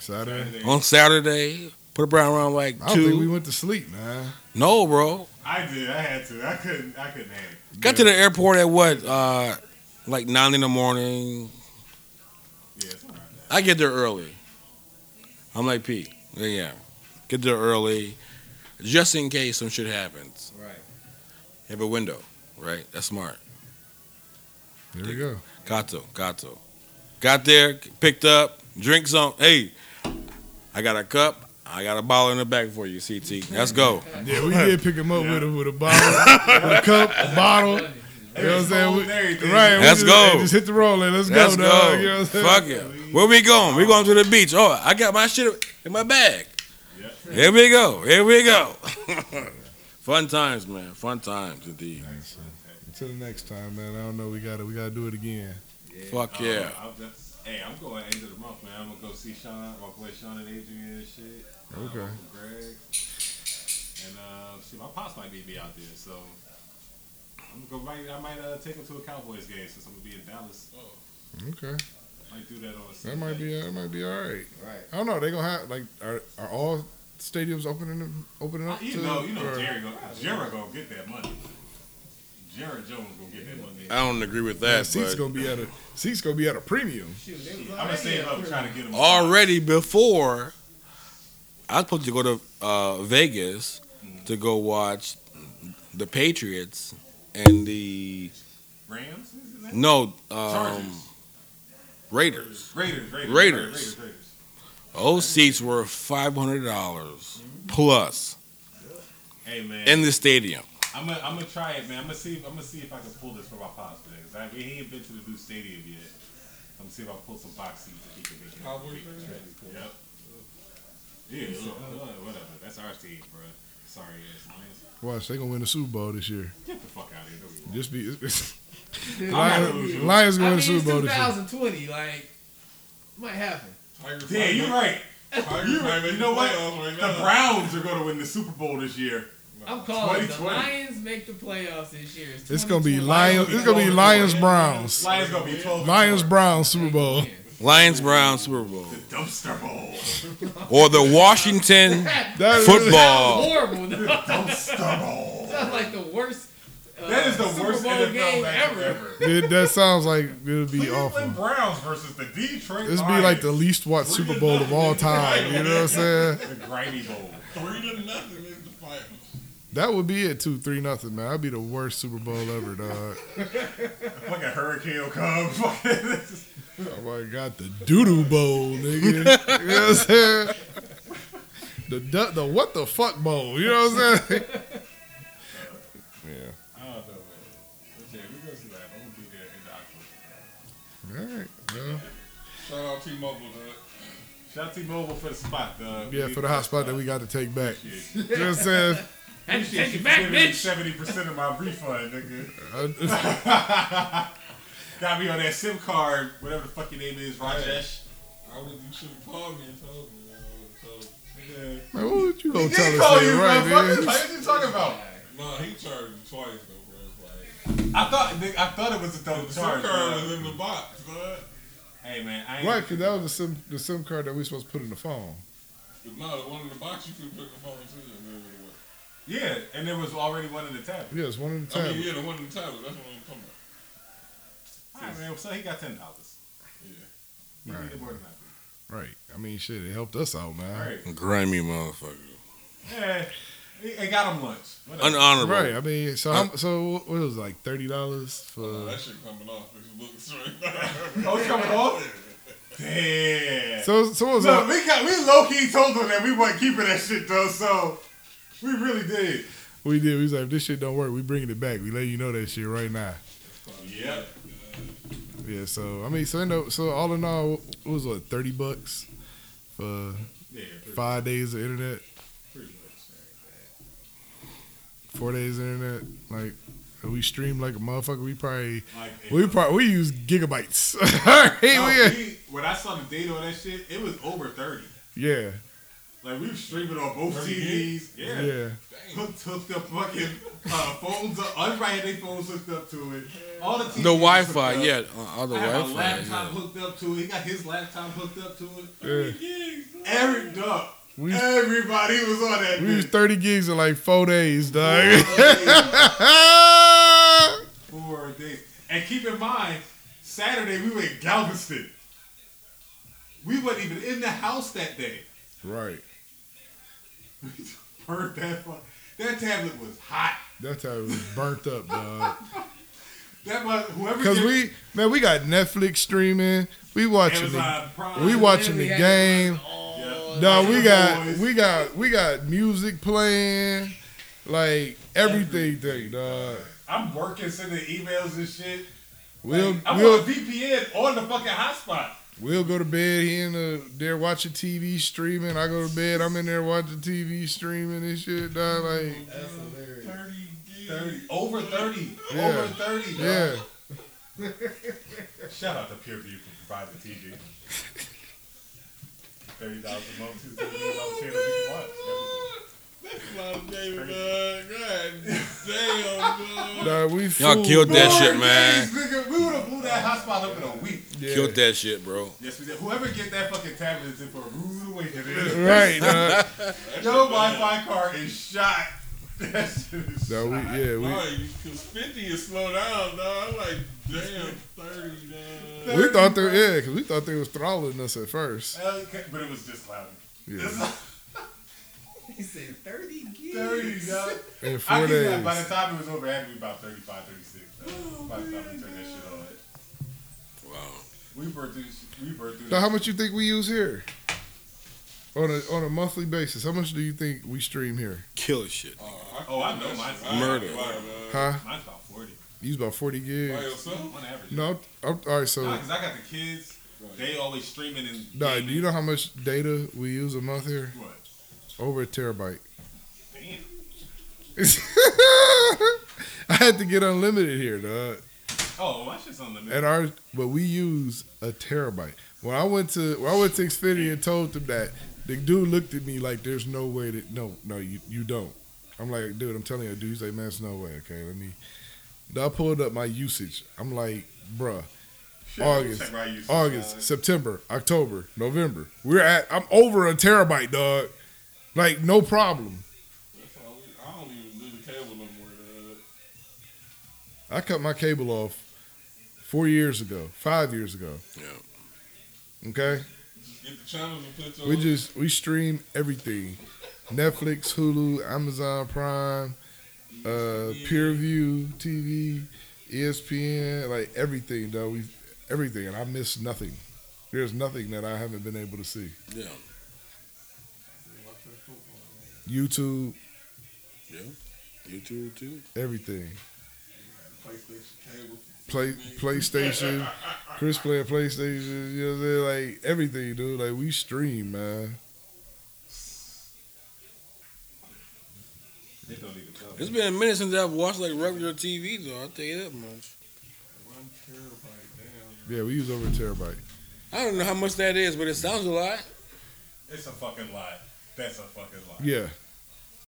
C: Saturday.
B: Saturday.
D: On Saturday. Put it around around like
C: I don't
D: two.
C: think we went to sleep, man.
D: no, bro.
B: I did. I had to. I couldn't. I couldn't hang.
D: Got to the airport at what? Uh like nine in the morning.
B: Yeah, it's all right.
D: I get there early. I'm like Pete. Yeah, yeah. Get there early. Just in case some shit happens.
A: Right.
D: Have a window, right? That's smart.
C: There we go.
D: Gato, gato. Got there, picked up, drinks on. Hey, I got a cup. I got a bottle in the back for you, CT. Let's go.
C: Yeah, we did pick him up with a with a bottle, with a cup, a bottle. You know what I'm saying?
B: Cold and everything.
C: We- Right. we
D: Let's
C: just,
D: go.
C: Just hit the roller. Let's,
D: Let's
C: go,
D: go.
C: dog. You know what I'm saying?
D: Fuck it. Where we going? We going to the beach. Oh, I got my shit in my bag. Here we go. Here we go. [laughs] Fun times, man. Fun times indeed.
C: Until the next time, man. I don't know. We gotta we gotta do it again.
D: Fuck yeah.
B: Uh, I'm- that's- hey, I'm going end of the month, man. I'm gonna go see Sean, my boy Sean and Adrian and shit. Uh,
C: Okay.
B: Uncle Greg. And uh, shit, my pops might be, be out there, so I'm gonna go. Might, I might uh, take him to a Cowboys game since I'm gonna be in Dallas.
C: Okay.
B: Might do that on.
C: That might be that might be all right.
A: Right.
C: I don't know. They gonna have like are are all stadiums opening them opening
B: Uh,
C: up?
B: You
C: to-
B: know, you know,
C: or-
B: Jerry go. Jerry gonna get that money. Jared Jones gonna get that Monday.
D: I don't agree with
C: Yeah,
D: that.
C: seats
D: but
C: gonna be at a seats gonna be at a premium.
A: Shoot, they was
B: I'm
A: already
B: gonna save
A: up
B: up
A: for
B: trying to get him.
D: already before I was supposed to go to uh, Vegas to go watch the Patriots and the
B: Rams. Isn't that?
D: no
B: Chargers.
D: um, Raiders.
B: Raiders. Raiders.
D: Raiders.
B: Raiders.
D: Those seats were five hundred dollars plus
B: Hey man.
D: in the stadium.
B: I'm gonna I'm gonna try it, man. I'm gonna see I'm gonna see if I can pull this for my pops today. Cause I, he ain't been to the new stadium yet. I'm gonna see if I can pull some box seats if he can make it.
E: Cowboys
B: Yep.
E: fans?
B: Yeah, look, look, whatever. That's our team, bro. Sorry, ass Lions.
C: Watch, they gonna win the Super Bowl this year.
B: Get the fuck out of here. No, we won't.
C: Just be
A: Dude,
B: not
A: I
B: gonna lose
C: Lions,
B: you.
C: Lions gonna
A: mean,
C: win the
A: it's
C: Super Bowl this year.
A: 2020. Like, might happen.
E: Tigers
B: Damn, you're right.
E: Tigers
B: You're
E: might
B: right.
E: make
B: You know
E: the
B: what?
E: playoffs Right
B: The
E: now.
B: Browns are gonna win the Super Bowl this year.
A: I'm calling it. the
B: 2020.
A: Lions make the playoffs this year.
C: It's gonna be [laughs]
A: 2020.
C: Lions. It's gonna be Lions Browns.
B: Lions gonna be 12.
C: Lions Browns Super Bowl.
A: Yeah.
D: Lions Brown Super Bowl
B: The dumpster bowl.
D: or the Washington
C: That is- Oh.
D: football.
A: Horrible. [laughs] That
B: dumpster bowl.
A: sounds like the worst. Uh,
B: That is the
A: Super
B: worst
A: Bowl
B: NFL
A: game
B: matchup
A: ever.
B: ever.
C: It, that sounds like it'll be
B: Cleveland
C: awful.
B: Browns versus the Detroit
C: This be
B: Lions.
C: like the least watched Super Bowl of all time. You know what I'm saying?
B: the Grimy Bowl.
E: Three to nothing is the playoffs.
C: That would be it. Two, three, nothing, man. That'd be the worst Super Bowl ever, dog.
B: Fucking hurricane will come. [laughs] Fucking this
C: Oh my god, the Doodoo Bowl, nigga. You know what I'm saying? The du- the what the fuck bowl. You know what I'm saying? yeah.
B: I don't know, man. But yeah, we go see that. I'm gonna be there in the October.
C: All right. Well,
E: Shout out T-Mobile, dog.
B: Shout out to Mobile for the spot, dog.
C: yeah, for the hot spot that we got to take back.
B: Shit.
C: You know what I'm saying?
A: Had to take it back, bitch.
B: Seventy percent of my refund, nigga.
C: I-
B: Got me on that SIM card, whatever the fuck your name is, Rajesh.
E: I would you should have called me and told me. man. I would've told you.
B: Yeah.
C: man, what would you
B: He
C: gonna
B: did
C: tell
B: call
C: us,
B: you,
C: nigga, right,
B: motherfucker.
C: man?
B: Like, what you talking about?
E: Nah, he charged me twice though, bro. It's Like,
B: I thought, nigga, I thought it was a double
E: the
B: charge.
E: SIM card
B: bro.
E: was in the box, bud.
B: Hey man, I ain't
C: Right, because that was the SIM, the SIM card that we supposed to put in the phone.
E: But no, the one in the box you could put the phone to. And then it went.
B: Yeah, and there was already one in the tab.
C: Yeah, it's one at a
B: Oh,
E: I
C: time.
E: mean, yeah, the one in the tablet. That's what I'm talking about.
B: All right, man. So he got ten dollars.
E: Yeah.
B: He
C: Right.
B: needed more than that.
C: Right. I mean, shit, it helped us out, man.
B: All right.
D: Grimy motherfucker.
B: Yeah, it got him lunch. Whatever.
D: Unhonorable.
C: Right. I mean, so how, so what was it, like thirty dollars
E: Oh,
C: for?
E: that shit coming off. It's
B: [laughs]
E: looking straight.
B: oh, it's coming off. Damn.
C: So so what was
B: Look,
C: that?
B: we got we low key told him that we wasn't keeping that shit though, so we really did.
C: we did? We was like, if this shit don't work, we bringing it back. We let you know that shit right now.
B: Yep.
C: Yeah. So I mean, so end up, so all in all, it was what thirty bucks for
B: Yeah,
C: five days of internet,
B: pretty
C: four days of internet. Like we streamed like a motherfucker. We probably
B: much. Like,
C: we probably we use gigabytes. [laughs] all right.
B: no,
C: we-
B: we- when I saw the data on that shit, it was over thirty.
C: yeah.
B: Like we were streaming on both
E: 30
B: TVs. Yeah.
C: Yeah.
B: Hooked, hooked up fucking uh, phones up. Everybody had their phones hooked up to it. All the TVs
D: The Wi-Fi,
B: hooked up.
D: yeah, uh, all the
B: I have a
D: Wi-Fi.
B: laptop
D: yeah.
B: hooked up to it. He got his laptop hooked up to it.
C: yeah.
B: Every duck.
C: We-
B: Everybody was on that.
C: We was
B: bitch.
C: thirty gigs in like four days, dog. [laughs]
B: Four days. And keep in mind, Saturday we were in Galveston. We wasn't even in the house that day. [laughs]
C: right.
B: Heard that fu- That tablet was hot.
C: That's how it was burnt up, dog.
B: That was whoever.
C: Cause
B: did-
C: we man, we got Netflix streaming. We watching the,
B: Amazon Prime.
C: we watching the
A: Yeah.
C: game.
B: Yeah.
C: No, we got
B: Boys.
C: we got we got music playing, like everything, thing, dog.
B: I'm working, sending emails and shit.
C: We'll
B: Like, I'm on
C: we'll
B: VPN on the fucking hotspot.
C: we'll go to bed. He in the there watching TV streaming. I go to bed. I'm in there watching TV streaming and shit, dog. Like
A: That's hilarious.
E: 30 gigs.
B: 30, over 30,
C: Yeah.
B: over 30. bro.
C: yeah,
B: Shout out to PureView for providing the TV. Thirty dollars a month, two thirty dollars a channel you can watch.
E: That's a lot of data, dog. God damn, dog.
C: dog. We
D: Y'all
C: fool,
D: killed
C: bro.
D: that
B: Four
D: shit, man.
B: days, nigga, we would have blew that hotspot up in a week.
C: Yeah.
D: Killed that shit, bro.
B: Yes, we did. Whoever get that fucking tablet is in for a rude awakening.
D: [laughs]
C: Right, dog.
B: Your Wi-Fi card is shot. That shit is
C: No, we yeah we.
E: Because 50 is slow down, dog. I'm like, damn, 30, dog.
C: We thought they yeah, 'cause we thought they was throttling us at first.
B: Okay, but it was just loud.
C: Yeah.
B: [laughs]
A: He said 30 gigs.
B: 30, dog.
C: In
B: I
C: four
B: think that by
C: days.
B: the time it was over, it had to be about 35, 36. dog. by the time we turned that shit on.
D: Wow.
B: We burned through, we burned through
C: So how much you think we use here? On a on a monthly basis, how much do you think we stream here?
D: Killer shit.
B: Oh, I know mine's
D: Murder.
B: Why,
C: Huh?
B: Mine's about 40.
C: Use about forty
E: By
C: gigs.
E: yourself?
B: On average.
C: No, I'm, all right. So,
B: because I got the kids. They always streaming and.
C: nah, do
B: gaming.
C: you know how much data we use a month here?
B: What?
C: Over a terabyte.
B: Damn.
C: [laughs] I had to get unlimited here, dog.
B: Oh, my shit's unlimited.
C: And our but we use a terabyte. When I went to when I went to Xfinity and told them that, the dude looked at me like there's no way that no, no, you, you don't. I'm like, dude, I'm telling you, dude, he's like, man, it's no way, okay, let me I pulled up my usage. I'm like, bruh,
B: Shit,
C: August,
B: check my usage,
C: August,
B: dog.
C: September, October, November. We're at I'm over a terabyte, dog. Like, no problem.
E: That's all we- I don't even do the cable no more, dog.
C: I cut my cable off four years ago, five years ago. Yeah. Okay?
E: Just get the channels and put your.
C: We just we stream everything. Netflix, Hulu, Amazon Prime, uh Peerview E TV, ESPN, like everything though. We everything and I miss nothing. There's nothing that I haven't been able to see.
D: Yeah.
C: YouTube,
D: Yeah. YouTube too.
C: everything.
E: PlayStation cable.
C: Play PlayStation, Chris playing PlayStation, you know what I'm saying? Like everything, dude. Like we stream, man.
B: They don't even tell.
D: It's been a minute since I've watched like regular TV though. I'll tell you that much.
E: One terabyte, damn.
C: Yeah, we use over a terabyte.
D: I don't know how much that is, but it sounds a lot.
B: It's a fucking lie. That's a fucking lie.
C: Yeah,